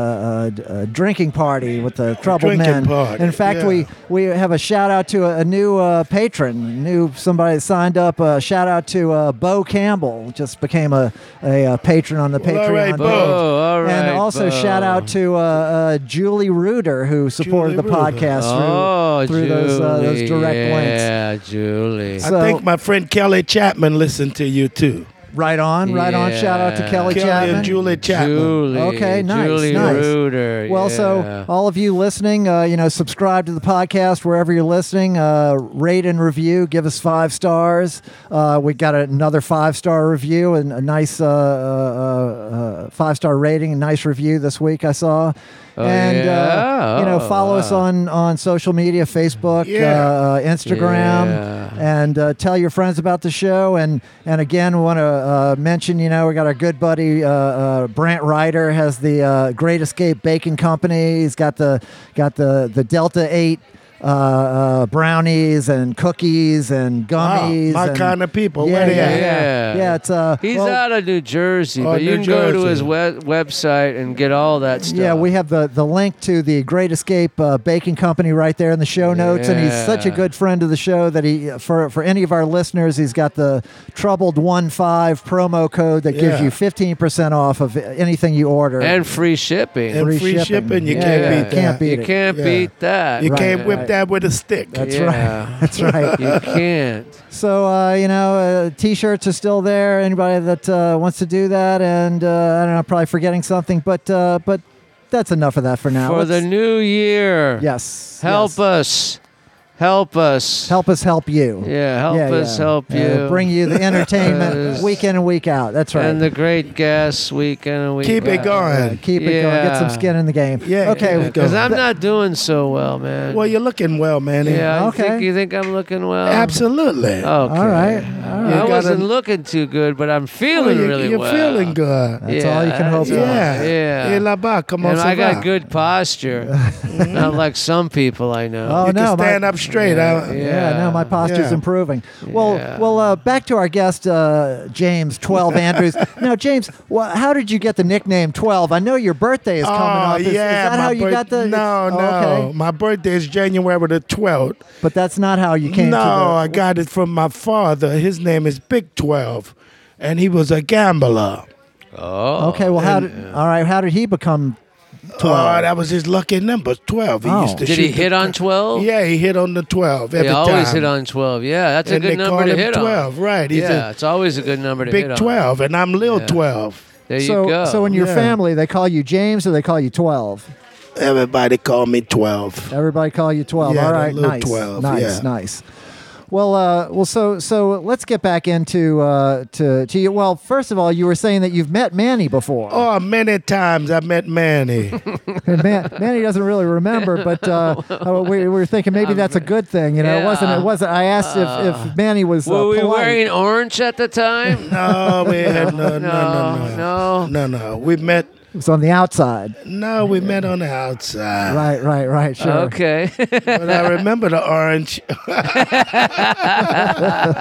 Speaker 1: a, a, a drinking party with the troubled
Speaker 3: Drinking
Speaker 1: men.
Speaker 3: party,
Speaker 1: In fact,
Speaker 3: yeah.
Speaker 1: we we have a shout out to a, a new uh, patron, new somebody that signed up. Uh, shout out to uh, Bo Campbell, just became a, a, uh patron on the
Speaker 3: Well, all
Speaker 1: Patreon.
Speaker 3: right,
Speaker 1: page.
Speaker 3: Bo.
Speaker 2: Oh, all right.
Speaker 1: and also
Speaker 2: Bo.
Speaker 1: shout out to uh, uh, Julie Reuter who supported
Speaker 3: Julie
Speaker 1: the
Speaker 3: Reuter.
Speaker 1: podcast
Speaker 2: oh,
Speaker 1: through, through those uh, those
Speaker 2: Julie,
Speaker 1: direct links.
Speaker 2: yeah, Julie.
Speaker 1: So-
Speaker 3: I think my friend Kelly Chapman listened to you too.
Speaker 1: Right on, right on. Shout out to
Speaker 2: Yeah.
Speaker 1: Kelly,
Speaker 3: Kelly
Speaker 1: Chapman.
Speaker 3: and Julie Chapman.
Speaker 2: Julie.
Speaker 1: Okay, nice,
Speaker 2: Julie
Speaker 1: nice.
Speaker 2: Reuter.
Speaker 1: Well,
Speaker 2: yeah.
Speaker 1: so all of you listening, uh, you know, subscribe to the podcast wherever you're listening. Uh, rate and review. Give us five stars. Uh, we got another five star review and a nice uh, uh, uh, five star rating, a nice review this week. I saw. and
Speaker 2: Oh, yeah?
Speaker 1: uh, you know,
Speaker 2: Oh,
Speaker 1: follow us
Speaker 2: wow.
Speaker 1: on on social media, Facebook,
Speaker 3: Yeah.
Speaker 1: uh, Instagram,
Speaker 2: Yeah.
Speaker 1: and uh, tell your friends about the show. And and again, we want to uh, mention, you know, we got our good buddy uh, uh, Brant Ryder has the uh, Great Escape Baking Company. He's got the got the the Delta Eight uh, uh, brownies and cookies and
Speaker 3: Wow,
Speaker 1: gummies.
Speaker 3: Ah, my
Speaker 1: and-
Speaker 3: kind of people.
Speaker 1: Yeah,
Speaker 3: Where
Speaker 1: yeah,
Speaker 3: they
Speaker 1: yeah,
Speaker 3: at?
Speaker 1: yeah.
Speaker 2: Yeah.
Speaker 1: it's uh,
Speaker 2: He's
Speaker 1: well,
Speaker 2: out of New Jersey,
Speaker 3: Oh,
Speaker 2: but you
Speaker 3: New
Speaker 2: can go to
Speaker 3: Jersey.
Speaker 2: his web- website and get all that stuff.
Speaker 1: Yeah, we have the, the link to the Great Escape uh, Baking Company right there in the show notes, and he's such a
Speaker 2: Yeah.
Speaker 1: good friend of the show that he uh, for for any of our listeners, he's got the troubled one five promo code that gives
Speaker 3: Yeah.
Speaker 1: you fifteen percent off of anything you order.
Speaker 2: and free shipping.
Speaker 3: And free shipping, you
Speaker 2: can't beat
Speaker 1: Can't
Speaker 3: that.
Speaker 1: beat
Speaker 2: you
Speaker 1: it.
Speaker 2: can't
Speaker 3: Yeah.
Speaker 2: beat that.
Speaker 3: You
Speaker 1: Right,
Speaker 3: can't whip
Speaker 1: right.
Speaker 3: that with a stick.
Speaker 1: That's
Speaker 2: Yeah.
Speaker 1: right. That's right.
Speaker 2: You can't.
Speaker 1: So uh, you know, uh, t-shirts are still there. Anybody that uh, wants to do that, and uh, I don't know, probably forgetting something, but uh, but that's enough of that for now.
Speaker 2: For the
Speaker 1: Let's-
Speaker 2: new year.
Speaker 1: yes,
Speaker 2: Help
Speaker 1: yes.
Speaker 2: us. Help us.
Speaker 1: help us help you.
Speaker 2: Yeah, help
Speaker 1: Yeah,
Speaker 2: us
Speaker 1: yeah.
Speaker 2: help you.
Speaker 1: Yeah, bring you the entertainment
Speaker 2: Yes.
Speaker 1: week in and week out. That's right.
Speaker 2: And the great guests week in and week
Speaker 3: Keep it
Speaker 2: out.
Speaker 3: going.
Speaker 1: Uh, keep it going. Get some
Speaker 2: Yeah.
Speaker 1: skin in the game.
Speaker 3: Yeah, keep
Speaker 1: Okay.
Speaker 3: it going.
Speaker 2: Because I'm not doing so well, man.
Speaker 3: Well, you're looking well, man.
Speaker 2: yeah, Oh, I
Speaker 1: Okay.
Speaker 2: think you think I'm looking well.
Speaker 3: Absolutely.
Speaker 2: Okay.
Speaker 1: All right. All
Speaker 3: You
Speaker 1: right.
Speaker 2: I
Speaker 3: gotta-
Speaker 2: wasn't looking too good, but I'm feeling
Speaker 3: you're,
Speaker 2: really
Speaker 3: you're
Speaker 2: well.
Speaker 3: feeling good.
Speaker 1: That's all you can hope
Speaker 2: that's
Speaker 1: for.
Speaker 3: Yeah.
Speaker 2: all. Yeah.
Speaker 3: Et là-bas, come on,
Speaker 2: and I
Speaker 3: ça va.
Speaker 2: got good posture, not like some people I know.
Speaker 1: Oh,
Speaker 3: You
Speaker 1: no,
Speaker 3: can
Speaker 1: my-
Speaker 3: stand up straight. uh, I-
Speaker 1: Yeah, no, my posture's
Speaker 3: Yeah.
Speaker 1: improving. Well,
Speaker 2: Yeah.
Speaker 1: well, uh, back to our guest, uh, James Twelve Andrews. now, James, wh- how did you get the nickname Twelve? I know your birthday is coming
Speaker 3: oh,
Speaker 1: up. Is, is
Speaker 3: yeah.
Speaker 1: that
Speaker 3: my
Speaker 1: how you
Speaker 3: birth-
Speaker 1: got the?
Speaker 3: No,
Speaker 1: it's-
Speaker 3: no.
Speaker 1: oh, okay.
Speaker 3: My birthday is January the 12th.
Speaker 1: But that's not how you came.
Speaker 3: no,
Speaker 1: to
Speaker 3: I
Speaker 1: the,
Speaker 3: got it from my father. His name is Big 12, and he was a gambler.
Speaker 2: Oh.
Speaker 1: Okay. Well, how did? All right. How did he become?
Speaker 3: Oh, that was his lucky number, 12. He
Speaker 1: Oh.
Speaker 3: used to
Speaker 2: Did
Speaker 3: shoot
Speaker 2: he hit
Speaker 3: the-
Speaker 2: on 12?
Speaker 3: Yeah, he hit on the 12 every
Speaker 2: He always
Speaker 3: time.
Speaker 2: hit on 12. Yeah, that's
Speaker 3: and
Speaker 2: a
Speaker 3: they
Speaker 2: good
Speaker 3: call
Speaker 2: number to
Speaker 3: him
Speaker 2: hit
Speaker 3: 12,
Speaker 2: on.
Speaker 3: right. He's
Speaker 2: Yeah,
Speaker 3: a
Speaker 2: it's always a good number to
Speaker 3: Big
Speaker 2: hit on.
Speaker 3: 12, and I'm Lil 12.
Speaker 2: There
Speaker 1: so,
Speaker 2: you go.
Speaker 1: so in your
Speaker 3: Yeah.
Speaker 1: family, they call you James or they call you Twelve.
Speaker 3: Everybody call me 12.
Speaker 1: Everybody call you 12.
Speaker 3: Yeah,
Speaker 1: All
Speaker 3: the
Speaker 1: right,
Speaker 3: little
Speaker 1: nice.
Speaker 3: 12,
Speaker 1: nice,
Speaker 3: yeah.
Speaker 1: nice. Well, uh, well, so so let's get back into uh, to to you. Well, first of all, you were saying that you've met Manny before.
Speaker 3: Oh, many times I met Manny.
Speaker 1: And Man, Manny doesn't really remember, but uh, uh, we, we were thinking maybe that's a good thing. You know, it wasn't. It wasn't. I asked if, if Manny was. Uh,
Speaker 2: Were we
Speaker 1: polite.
Speaker 2: wearing orange at the time?
Speaker 3: No, we had no, no, no,
Speaker 2: No,
Speaker 3: no, no, no. We met.
Speaker 1: It was on the outside.
Speaker 3: No, we met on the outside.
Speaker 1: Right, right, right. Sure.
Speaker 2: Okay.
Speaker 3: But I remember the orange.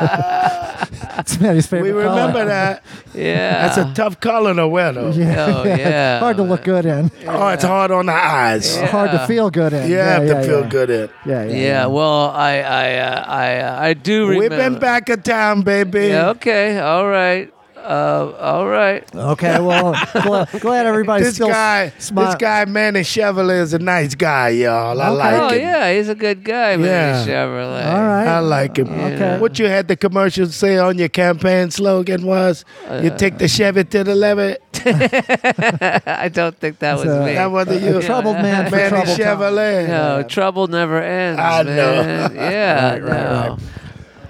Speaker 1: That's Manny's favorite.
Speaker 3: We remember that.
Speaker 2: yeah.
Speaker 3: That's a tough color to wear, though.
Speaker 2: Oh, yeah.
Speaker 1: Hard to look good in.
Speaker 3: Oh, it's hard on the eyes.
Speaker 2: Yeah.
Speaker 1: Hard to feel good in.
Speaker 3: You have to feel
Speaker 1: yeah.
Speaker 3: good in.
Speaker 1: Yeah, yeah.
Speaker 2: yeah. Well, I I uh, I uh, I do remember.
Speaker 3: We've been back a time, baby.
Speaker 2: Yeah. Okay. All right. Uh, all right.
Speaker 1: Okay. Well, gl- glad everybody's
Speaker 3: This
Speaker 1: still
Speaker 3: guy,
Speaker 1: smiling.
Speaker 3: this guy, Manny Chevrolet, is a nice guy, y'all. I
Speaker 1: Okay.
Speaker 3: like
Speaker 2: oh
Speaker 3: him.
Speaker 2: yeah, he's a good guy,
Speaker 3: Yeah.
Speaker 2: Manny Chevrolet.
Speaker 1: All right.
Speaker 3: I like him.
Speaker 1: Okay.
Speaker 3: What you had the commercial say on your campaign slogan was, "You take the Chevy to the levee."
Speaker 2: I don't think that was
Speaker 1: uh,
Speaker 2: me.
Speaker 3: That wasn't
Speaker 1: a
Speaker 3: you,
Speaker 1: troubled man for
Speaker 3: Manny
Speaker 1: troubled times.
Speaker 3: Chevrolet.
Speaker 2: no, trouble never ends,
Speaker 3: I know.
Speaker 2: man. Yeah.
Speaker 1: Right, right,
Speaker 2: no.
Speaker 1: right.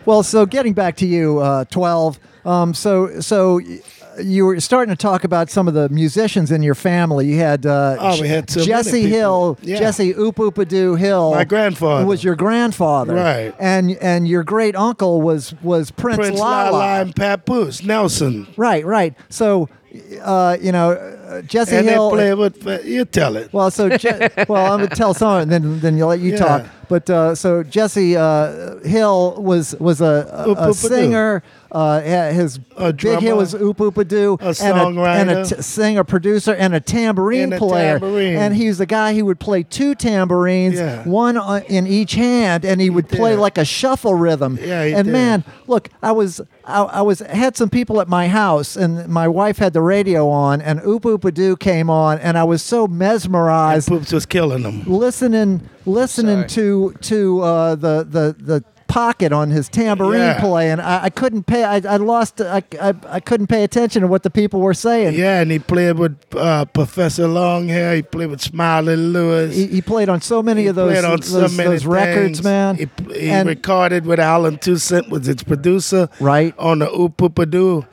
Speaker 1: Well, so getting back to you, uh, twelve. Um, so, so y- you were starting to talk about some of the musicians in your family. You had uh,
Speaker 3: Oh, we had so many
Speaker 1: Jesse
Speaker 3: people.
Speaker 1: Hill,
Speaker 3: Yeah.
Speaker 1: Jesse Oopoopadoo Hill.
Speaker 3: My grandfather.
Speaker 1: was your grandfather,
Speaker 3: Right.
Speaker 1: And and your great uncle was was Prince,
Speaker 3: Prince Lala. and Papoose Nelson,
Speaker 1: Right, right. So, uh, you know, uh, Jesse
Speaker 3: and
Speaker 1: Hill.
Speaker 3: they play with. uh, You tell it.
Speaker 1: Well, so Je- well, I'm gonna tell someone, and then then you'll let you
Speaker 3: Yeah.
Speaker 1: talk. But uh, so Jesse uh, Hill was was a, a,
Speaker 3: Oop
Speaker 1: a
Speaker 3: Oop A Doo.
Speaker 1: singer. Uh, ha- his
Speaker 3: A
Speaker 1: big hit
Speaker 3: drummer.
Speaker 1: was Oop Oop A Doo,
Speaker 3: A
Speaker 1: and a, and a
Speaker 3: songwriter.
Speaker 1: t- singer, producer, and a tambourine
Speaker 3: And a
Speaker 1: player.
Speaker 3: tambourine.
Speaker 1: And he was the guy who would play two tambourines,
Speaker 3: Yeah.
Speaker 1: one on, in each hand, and he would play
Speaker 3: did.
Speaker 1: like a shuffle rhythm.
Speaker 3: Yeah, he
Speaker 1: and
Speaker 3: did.
Speaker 1: man, look, I was I, I was had some people at my house, and my wife had the radio on, and Oop Oop A Doo came on, and I was so mesmerized
Speaker 3: Poops was killing them.
Speaker 1: listening listening to to uh, the the the pocket on his tambourine
Speaker 3: Yeah.
Speaker 1: play, and I, I couldn't pay. I, I lost. I, I I couldn't pay attention to what the people were saying.
Speaker 3: Yeah, and he played with uh, Professor Longhair. He played with Smiley Lewis.
Speaker 1: He, he played on so many
Speaker 3: He
Speaker 1: of those
Speaker 3: played on
Speaker 1: those,
Speaker 3: so many
Speaker 1: those records,
Speaker 3: things.
Speaker 1: man.
Speaker 3: He, he
Speaker 1: and
Speaker 3: recorded with Alan Toussaint, was its producer,
Speaker 1: Right.
Speaker 3: on the Oopoopadoo,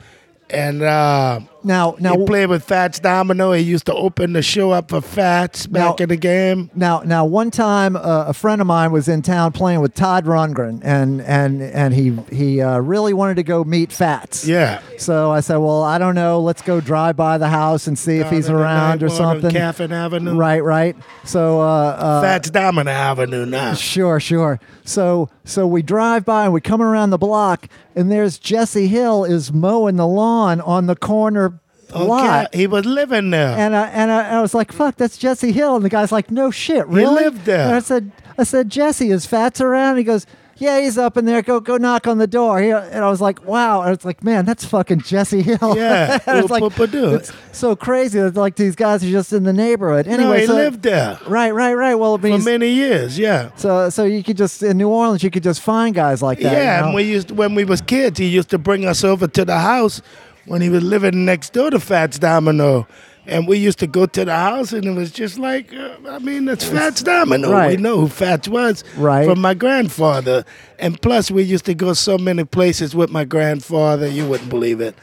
Speaker 3: and uh,
Speaker 1: now now
Speaker 3: he played with Fats Domino. He used to open the show up for Fats back
Speaker 1: Now-
Speaker 3: in the game.
Speaker 1: Now, now, one time, uh, a friend of mine was in town playing with Todd Rundgren, and and and he he uh, really wanted to go meet Fats.
Speaker 3: Yeah,
Speaker 1: So I said, well, I don't know. Let's go drive by the house and see if he's
Speaker 3: Down in the
Speaker 1: around or
Speaker 3: night ward on
Speaker 1: something.
Speaker 3: Caffin Avenue,
Speaker 1: Right, right. So, uh, uh,
Speaker 3: Fats Domino Avenue now.
Speaker 1: sure, sure. So, so we drive by and we come around the block, and there's Jesse Hill is mowing the lawn on the corner
Speaker 3: On
Speaker 1: lot.
Speaker 3: Ca- he was living there.
Speaker 1: And I, and I, and I was like, fuck, that's Jesse Hill. And the guy's like, no shit, really?
Speaker 3: lived there.
Speaker 1: And I said, I said, Jesse, is Fats around? He goes, yeah, he's up in there. Go, go knock on the door. He- And I was like, wow. And it's like, man, that's fucking Jesse Hill.
Speaker 3: Yeah,
Speaker 1: and it's
Speaker 3: well,
Speaker 1: like,
Speaker 3: but- but do it.
Speaker 1: it's so crazy. that like these guys are just in the neighborhood. Anyway,
Speaker 3: no, he
Speaker 1: so,
Speaker 3: lived there
Speaker 1: right, right, right. Well, it
Speaker 3: for
Speaker 1: means,
Speaker 3: many years. Yeah.
Speaker 1: so, so you could just in New Orleans, you could just find guys like that.
Speaker 3: yeah,
Speaker 1: you know?
Speaker 3: and we used when we was kids, he used to bring us over to the house when he was living next door to Fats Domino. And we used to go to the house, and it was just like, uh, I mean, that's Fats Domino. We
Speaker 1: Right.
Speaker 3: know who Fats was
Speaker 1: Right.
Speaker 3: from my grandfather. And plus, we used to go so many places with my grandfather, you wouldn't believe it.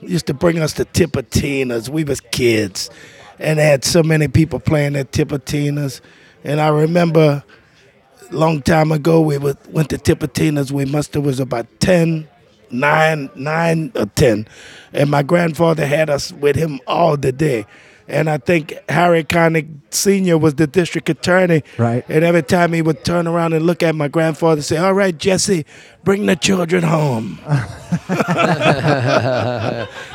Speaker 3: He used to bring us to Tipitinas. We was kids, and they had so many people playing at Tipitinas. And I remember long time ago we was, went to Tipitinas. We must have was about 10, 9, 9 or 10. And my grandfather had us with him all the day. And I think Harry Connick Sr. was the district attorney.
Speaker 1: Right.
Speaker 3: And every time he would turn around and look at my grandfather and say, All right, Jesse, bring the children home.
Speaker 2: It's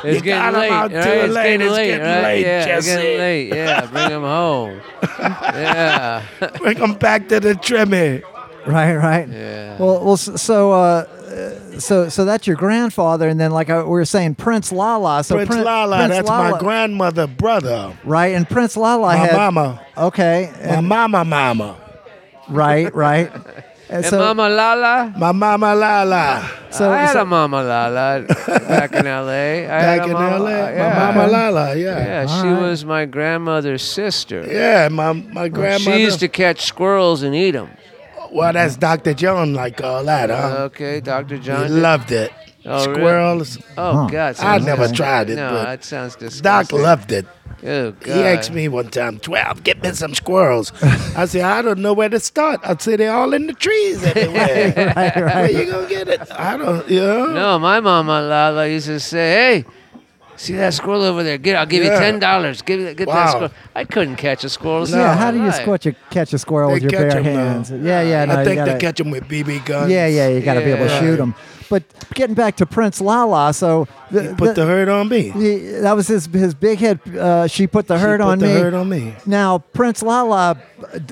Speaker 3: You
Speaker 2: getting
Speaker 3: got 'em
Speaker 2: late,
Speaker 3: out too
Speaker 2: right? It's
Speaker 3: late.
Speaker 2: getting
Speaker 3: It's
Speaker 2: late,
Speaker 3: getting
Speaker 2: right?
Speaker 3: late,
Speaker 2: yeah, it's
Speaker 3: Jesse.
Speaker 2: getting late. Yeah, bring him home. yeah.
Speaker 3: bring them back to the trimmy.
Speaker 1: Right, right.
Speaker 2: Yeah.
Speaker 1: Well, well, s- so, uh, uh, so, so that's your grandfather, and then like I, we were saying, Prince Lala. So
Speaker 3: Prince
Speaker 1: Prin-
Speaker 3: Lala,
Speaker 1: Prince
Speaker 3: that's my
Speaker 1: Lala-
Speaker 3: grandmother, brother,
Speaker 1: Right, and Prince Lala
Speaker 3: my
Speaker 1: had
Speaker 3: mama,
Speaker 1: Okay,
Speaker 3: my
Speaker 1: and,
Speaker 3: mama, mama,
Speaker 1: right, right. And
Speaker 2: And
Speaker 1: so,
Speaker 2: Mama Lala.
Speaker 3: my mama Lala.
Speaker 1: so,
Speaker 2: I had
Speaker 1: so-
Speaker 2: a Mama Lala back in L.A. I had
Speaker 3: Back
Speaker 2: a
Speaker 3: in
Speaker 2: mama,
Speaker 3: LA,
Speaker 2: Yeah.
Speaker 3: my mama Lala, yeah.
Speaker 2: Yeah,
Speaker 1: All
Speaker 2: she
Speaker 1: right.
Speaker 2: was my grandmother's sister.
Speaker 3: Yeah, my my grandmother.
Speaker 2: She used to catch squirrels and eat them.
Speaker 3: Well, that's Dr. John like all that, huh?
Speaker 2: Okay, Dr.
Speaker 3: He
Speaker 2: John.
Speaker 3: loved it.
Speaker 2: Oh, really?
Speaker 3: Squirrels.
Speaker 2: Oh
Speaker 1: Huh.
Speaker 2: God!
Speaker 3: I
Speaker 2: sounds
Speaker 3: never
Speaker 2: disgusting.
Speaker 3: tried it,
Speaker 2: No,
Speaker 3: but
Speaker 2: that sounds
Speaker 3: Doc
Speaker 2: disgusting.
Speaker 3: loved it.
Speaker 2: Oh, God.
Speaker 3: He asked me one time, 12, get me some squirrels. I said, I don't know where to start. I'd say they're all in the trees everywhere.
Speaker 1: Right,
Speaker 3: Where
Speaker 1: right.
Speaker 3: you gonna get it? I don't, you know?
Speaker 2: No, my mama Lala used to say, "Hey, see that squirrel over there? Get, I'll give
Speaker 3: Yeah.
Speaker 2: you ten dollars. Give me, get that
Speaker 3: Wow.
Speaker 2: squirrel." I couldn't catch a squirrel.
Speaker 3: No.
Speaker 1: yeah, how do you
Speaker 2: alive.
Speaker 1: squat your, catch a squirrel
Speaker 3: They
Speaker 1: with your
Speaker 3: catch
Speaker 1: bare
Speaker 3: 'em, though.
Speaker 1: hands? Yeah, yeah. No,
Speaker 3: I
Speaker 1: you
Speaker 3: think they
Speaker 1: gotta-
Speaker 3: catch them with BB guns.
Speaker 1: Yeah, yeah, you got to be able to
Speaker 2: Yeah.
Speaker 1: shoot them. But getting back to Prince Lala, so the,
Speaker 3: Put the hurt on me.
Speaker 1: the- that was his his big hit. Uh, she put the hurt
Speaker 3: Put
Speaker 1: on
Speaker 3: the
Speaker 1: me.
Speaker 3: hurt on me.
Speaker 1: Now Prince Lala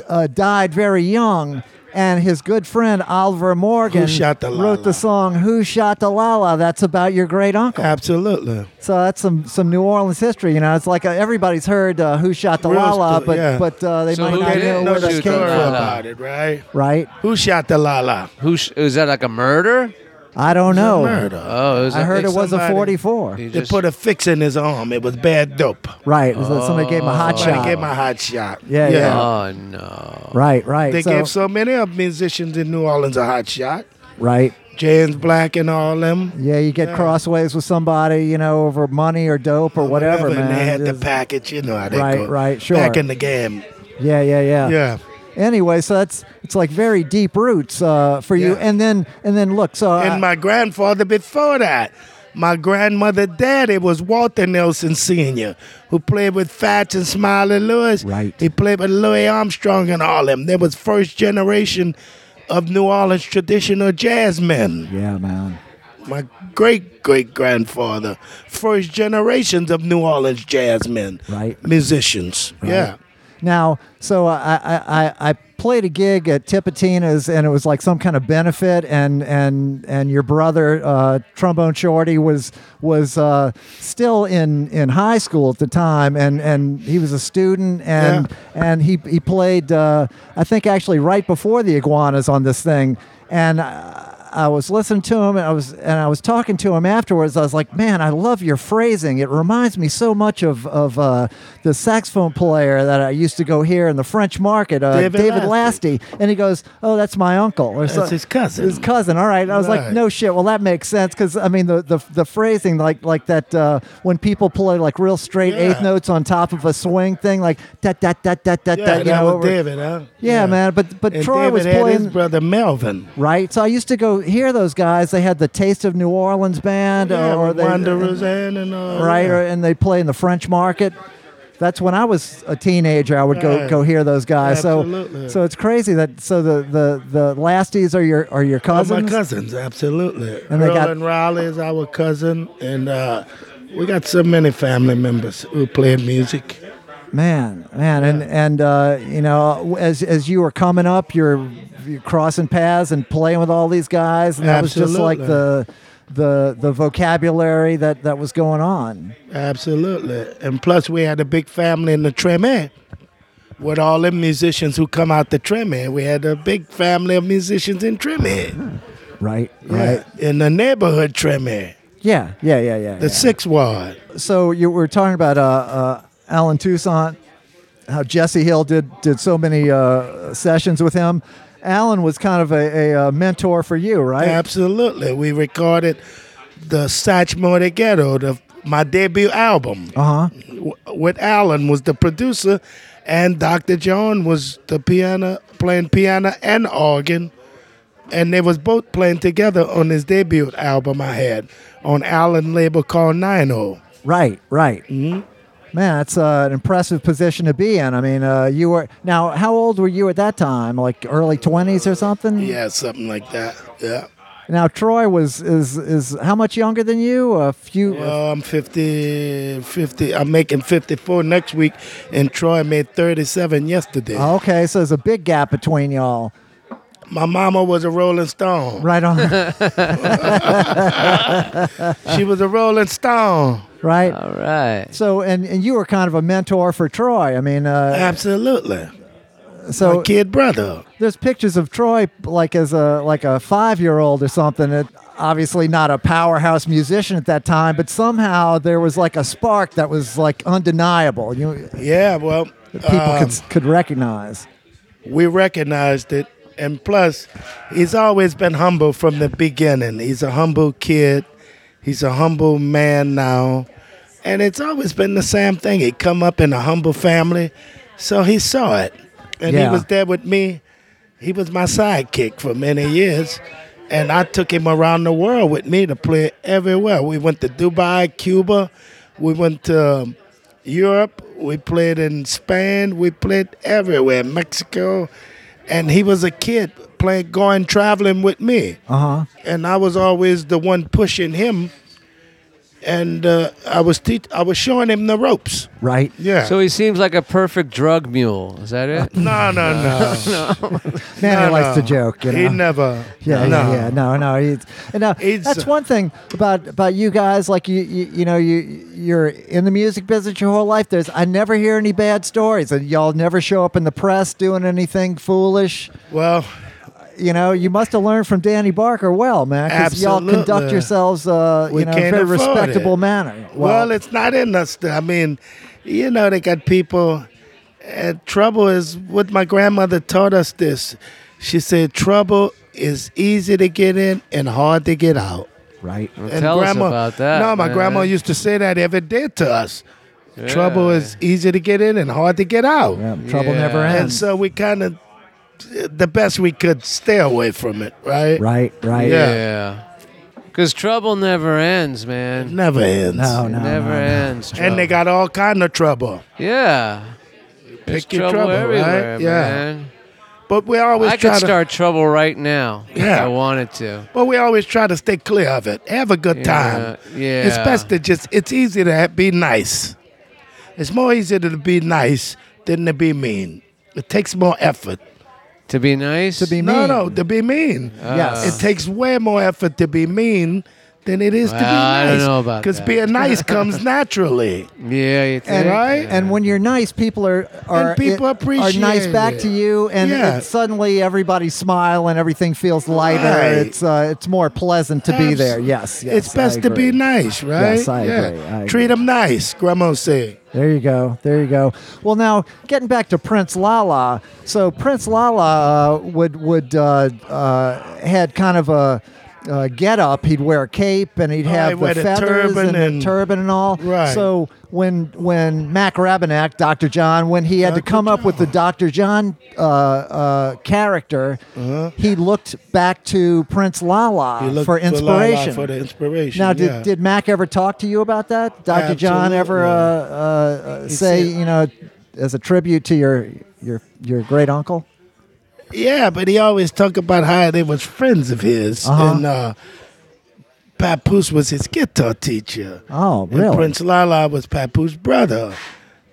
Speaker 1: uh, died very young, and his good friend Oliver Morgan
Speaker 3: Who Shot the
Speaker 1: wrote the
Speaker 3: Lala.
Speaker 1: song "Who Shot the Lala." That's about your great uncle.
Speaker 3: Absolutely.
Speaker 1: So that's some some New Orleans history. You know, it's like uh, everybody's heard uh, "Who Shot the
Speaker 3: Real
Speaker 1: Lala,"
Speaker 3: story,
Speaker 1: but
Speaker 3: yeah.
Speaker 1: but uh, they
Speaker 2: So
Speaker 1: might
Speaker 2: who
Speaker 1: not
Speaker 2: did
Speaker 1: know
Speaker 2: it? Shoot
Speaker 1: where that
Speaker 2: the
Speaker 1: came
Speaker 2: Lala.
Speaker 1: from,
Speaker 3: about it, right?
Speaker 1: right?
Speaker 3: Who shot the Lala?
Speaker 2: Who sh- was that? Like a murder?
Speaker 1: I don't know.
Speaker 3: Murder.
Speaker 2: Oh, it was
Speaker 1: I
Speaker 2: a-
Speaker 1: heard it was a
Speaker 3: somebody-
Speaker 1: 44.
Speaker 2: he
Speaker 3: They
Speaker 2: just-
Speaker 3: put a fix in his arm. It was bad dope.
Speaker 1: Right. So somebody gave him a hot
Speaker 3: Oh, Somebody
Speaker 1: shot.
Speaker 3: gave him a hot shot.
Speaker 1: Yeah, yeah.
Speaker 2: Oh no!
Speaker 1: right, right.
Speaker 3: They
Speaker 1: so,
Speaker 3: gave so many of musicians in New Orleans a hot shot.
Speaker 1: right.
Speaker 3: James Black and all them.
Speaker 1: Yeah, you get crossways with somebody, you know, over money or dope or whatever, man.
Speaker 3: And they had
Speaker 1: It
Speaker 3: the
Speaker 1: is-
Speaker 3: package, you know how they
Speaker 1: Right,
Speaker 3: go.
Speaker 1: right,
Speaker 3: Back
Speaker 1: sure.
Speaker 3: in the game.
Speaker 1: yeah, yeah, yeah,
Speaker 3: Yeah.
Speaker 1: Anyway, so that's it's like very deep roots uh, for you,
Speaker 3: Yeah.
Speaker 1: and then and then look, so uh, I-
Speaker 3: And my grandfather before that. My grandmother daddy was Walter Nelson Sr., who played with Fats and Smiley Lewis.
Speaker 1: Right.
Speaker 3: He played with Louis Armstrong and all them. They was first generation of New Orleans traditional jazz men.
Speaker 1: yeah, man,
Speaker 3: My great great grandfather, first generations of New Orleans jazz men.
Speaker 1: Right.
Speaker 3: Musicians. Yeah.
Speaker 1: Now, so I, I, I, I played a gig at Tipitina's, and it was like some kind of benefit, and and and your brother uh, trombone shorty was was uh, still in, in high school at the time, and, and he was a student, and and he he played uh, I think actually right before the iguanas on this thing, and. uh, I, I was listening to him and I was and I was talking to him afterwards. I was like, "Man, I love your phrasing. It reminds me so much of of uh, the saxophone player that I used to go here in the French market, uh,
Speaker 3: David
Speaker 1: David,
Speaker 3: Lasty.
Speaker 1: Lasty." And he goes, "Oh, that's my uncle." Or
Speaker 3: That's his cousin.
Speaker 1: His cousin. All right. I was
Speaker 3: Right.
Speaker 1: like, "No shit." Well, that makes sense because I mean the, the the phrasing like like that uh, when people play like real straight
Speaker 3: Yeah.
Speaker 1: eighth notes on top of a swing thing like that that that that that
Speaker 3: Yeah,
Speaker 1: that you
Speaker 3: that
Speaker 1: know
Speaker 3: was
Speaker 1: over-
Speaker 3: David, huh?
Speaker 1: Yeah, man. But but
Speaker 3: And
Speaker 1: Troy
Speaker 3: David
Speaker 1: was
Speaker 3: had
Speaker 1: playing.
Speaker 3: his brother Melvin.
Speaker 1: Right, so I used to go hear those guys. They had the Taste of New Orleans band,
Speaker 3: Yeah,
Speaker 1: or
Speaker 3: with
Speaker 1: they,
Speaker 3: Wanderers and, and all
Speaker 1: right,
Speaker 3: that.
Speaker 1: or, and they play in the French market. That's when I was a teenager. I would go
Speaker 3: Right.
Speaker 1: go hear those guys.
Speaker 3: Absolutely.
Speaker 1: So so it's crazy that so the the the Lasties are your are your
Speaker 3: All my
Speaker 1: cousins.
Speaker 3: cousins, absolutely.
Speaker 1: And
Speaker 3: And
Speaker 1: they got-
Speaker 3: Roland Raleigh is our cousin, and uh, we got so many family members who played music.
Speaker 1: Man, man, and and uh, you know as as you were coming up, you're, you're crossing paths and playing with all these guys, and that was just like the. The, the vocabulary that, that was going on.
Speaker 3: Absolutely. And plus, we had a big family in the Treme with all the musicians who come out the Treme. We had a big family of musicians in Treme,
Speaker 1: Right,
Speaker 3: right?
Speaker 1: right.
Speaker 3: In the neighborhood Treme,
Speaker 1: Yeah, yeah, yeah, yeah.
Speaker 3: the
Speaker 1: yeah.
Speaker 3: Sixth Ward.
Speaker 1: so you were talking about uh, uh, Alan Toussaint, how Jesse Hill did did so many uh, sessions with him. Alan was kind of a, a, uh mentor for you, right?
Speaker 3: Absolutely. We recorded the Satchmo de Ghetto, the, my debut album.
Speaker 1: Uh huh.
Speaker 3: w- with Alan was the producer, and Dr. John was the piano playing piano and organ, and they was both playing together on his debut album I had on Alan label called Nine O.
Speaker 1: Right, right. Mm-hmm. Man, that's uh, an impressive position to be in. I mean, uh, you were now. How old were you at that time? Like early twenties or something?
Speaker 3: Yeah, something like that. Yeah.
Speaker 1: Now Troy was is is how much younger than you? A few.
Speaker 3: Well, I'm 50, 50. Um, I'm making 54 next week, and Troy made 37 yesterday.
Speaker 1: okay, so there's a big gap between y'all.
Speaker 3: My mama was a Rolling Stone.
Speaker 1: Right on.
Speaker 3: She was a Rolling Stone.
Speaker 1: right.
Speaker 2: All right.
Speaker 1: So and, and you were kind of a mentor for Troy. I mean, uh,
Speaker 3: Absolutely.
Speaker 1: so
Speaker 3: My kid brother.
Speaker 1: there's pictures of Troy like as a like a five year old or something. It, obviously not a powerhouse musician at that time, but somehow there was like a spark that was like undeniable. You
Speaker 3: Yeah, well.
Speaker 1: people
Speaker 3: um,
Speaker 1: could could recognize.
Speaker 3: we recognized it And plus, he's always been humble from the beginning. He's a humble kid. He's a humble man now. And it's always been the same thing. He come up in a humble family, so he saw it. And he
Speaker 1: Yeah.
Speaker 3: was there with me. He was my sidekick for many years. And I took him around the world with me to play everywhere. We went to Dubai, Cuba. We went to um, Europe. We played in Spain. We played everywhere, Mexico. And he was a kid playing, going, traveling with me
Speaker 1: Uh huh.
Speaker 3: and I was always the one pushing him, and uh, I was teach- I was showing him the ropes.
Speaker 1: Right.
Speaker 3: Yeah.
Speaker 2: So he seems like a perfect drug mule. Is that it?
Speaker 3: no, no, no.
Speaker 1: Man,
Speaker 3: no,
Speaker 1: he likes
Speaker 3: no.
Speaker 1: to joke. You know?
Speaker 3: He never.
Speaker 1: Yeah,
Speaker 3: no.
Speaker 1: yeah, yeah. No, no. It's, and now,
Speaker 3: It's- uh,
Speaker 1: that's one thing about about you guys. Like you, you, you know, you you're in the music business your whole life. There's I never hear any bad stories, and y'all never show up in the press doing anything foolish.
Speaker 3: Well,
Speaker 1: You know, you must have learned from Danny Barker well, man, because y'all conduct
Speaker 3: Absolutely.
Speaker 1: yourselves, uh,
Speaker 3: We
Speaker 1: you know, in a
Speaker 3: can't
Speaker 1: very
Speaker 3: afford
Speaker 1: respectable
Speaker 3: it.
Speaker 1: manner.
Speaker 3: well, it's not in us. I mean, you know, they got people. And trouble is what my grandmother taught us. This, she said, trouble is easy to get in and hard to get out.
Speaker 1: right.
Speaker 3: And
Speaker 2: Tell us
Speaker 3: grandma,
Speaker 2: about that,
Speaker 3: No, my
Speaker 2: man.
Speaker 3: grandma used to say that every day to us. Trouble
Speaker 2: Yeah.
Speaker 3: is easy to get in and hard to get out.
Speaker 1: Yeah, trouble never
Speaker 2: Yeah.
Speaker 1: ends.
Speaker 3: And so we kind of, the best we could, stay away from it, right?
Speaker 1: right. Right.
Speaker 3: Yeah.
Speaker 2: Yeah. Because trouble never ends, man.
Speaker 3: Never ends.
Speaker 1: No.
Speaker 2: It
Speaker 1: No.
Speaker 2: never
Speaker 1: no, no.
Speaker 2: ends.
Speaker 3: And they
Speaker 2: trouble.
Speaker 3: got all kind of trouble.
Speaker 2: yeah. There's
Speaker 3: Pick your trouble, right?
Speaker 2: everywhere,
Speaker 3: Yeah.
Speaker 2: man.
Speaker 3: But we always
Speaker 2: I
Speaker 3: try
Speaker 2: could
Speaker 3: to,
Speaker 2: start trouble right now if
Speaker 3: Yeah.
Speaker 2: I wanted to.
Speaker 3: But we always try to stay clear of it. Have a good time.
Speaker 2: Yeah, yeah.
Speaker 3: It's best to just. It's easy to ha- be nice. It's more easier to be nice than to be mean. It takes more effort.
Speaker 2: To be Ah. nice.
Speaker 1: To be
Speaker 3: No,
Speaker 1: mean.
Speaker 3: no, to be mean.
Speaker 1: Yes.
Speaker 3: It takes way more effort to be mean than it is to be
Speaker 2: Well, I
Speaker 3: nice.
Speaker 2: don't know about
Speaker 3: Because
Speaker 2: that.
Speaker 3: being nice comes naturally.
Speaker 2: Yeah. You think?
Speaker 1: and,
Speaker 3: Right?
Speaker 1: and when you're nice, people are are,
Speaker 3: And people appreciate
Speaker 1: are nice back
Speaker 3: it.
Speaker 1: to you, and
Speaker 3: Yeah.
Speaker 1: it's suddenly everybody's smiling, everything feels lighter.
Speaker 3: Right.
Speaker 1: It's uh, it's more pleasant to be
Speaker 3: Abs-
Speaker 1: there. Yes, yes,
Speaker 3: it's best
Speaker 1: I
Speaker 3: to be
Speaker 1: agree.
Speaker 3: nice, right?
Speaker 1: Yes, I agree, I
Speaker 3: Treat them nice, Grandma said.
Speaker 1: There you go, there you go. Well, now getting back to Prince Lala, so Prince Lala uh, would would uh, uh, had kind of a. Uh, get up. He'd wear a cape and he'd
Speaker 3: Oh,
Speaker 1: have
Speaker 3: he'd
Speaker 1: the
Speaker 3: wear the
Speaker 1: feathers
Speaker 3: turban
Speaker 1: and,
Speaker 3: and-
Speaker 1: the turban and all.
Speaker 3: Right.
Speaker 1: So when when Mac Rabinac, Dr. John, when he had to
Speaker 3: Dr.
Speaker 1: come up with the Dr. John uh, uh, character, he looked back to Prince
Speaker 3: Uh-huh. He
Speaker 1: Lala
Speaker 3: looked
Speaker 1: Uh, for
Speaker 3: Lala
Speaker 1: inspiration.
Speaker 3: for the inspiration.
Speaker 1: Now, did,
Speaker 3: yeah.
Speaker 1: did Mac ever talk to you about that? Dr. John ever uh,
Speaker 3: Absolutely.
Speaker 1: uh, uh, say,
Speaker 3: said-
Speaker 1: you know, as a tribute to your your your great uncle?
Speaker 3: Yeah, but he always talked about how they was friends of his,
Speaker 1: Uh-huh.
Speaker 3: and uh, Papoose was his guitar teacher.
Speaker 1: Oh,
Speaker 3: And
Speaker 1: really?
Speaker 3: Prince Lala was Papu's brother.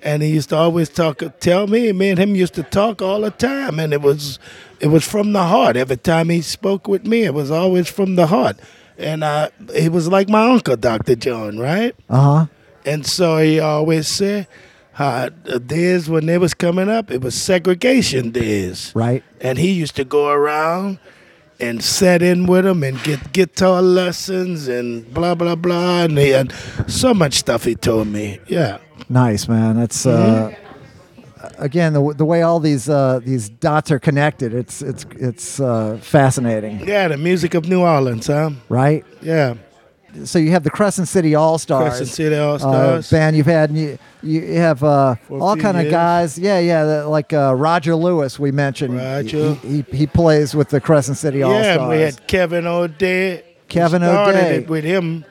Speaker 3: And he used to always talk tell me, me and him used to talk all the time and it was it was from the heart. Every time he spoke with me, it was always from the heart. And uh, he was like my uncle, Dr. John, right?
Speaker 1: Uh huh.
Speaker 3: And so he always said how the days when they was coming up, it was segregation days.
Speaker 1: Right.
Speaker 3: And he used to go around and set in with them and get guitar lessons and blah blah blah and he had so much stuff he told me. Yeah.
Speaker 1: Nice, man. That's uh,
Speaker 3: Mm-hmm.
Speaker 1: again the, w- the way all these uh, these dots are connected. It's it's it's uh, fascinating,
Speaker 3: Yeah, the music of New Orleans, huh?
Speaker 1: right?
Speaker 3: Yeah.
Speaker 1: So you have the Crescent City All Stars.
Speaker 3: Crescent City All
Speaker 1: uh,
Speaker 3: Stars.
Speaker 1: band you've had, and you you have uh,
Speaker 3: For a
Speaker 1: all
Speaker 3: few
Speaker 1: kind of
Speaker 3: years.
Speaker 1: guys. Yeah, yeah, the- like uh, Roger Lewis we mentioned.
Speaker 3: Roger.
Speaker 1: He, he, he plays with the Crescent City All
Speaker 3: yeah,
Speaker 1: Stars.
Speaker 3: we had Kevin O'Day.
Speaker 1: Kevin
Speaker 3: we started
Speaker 1: O'Day.
Speaker 3: it with him.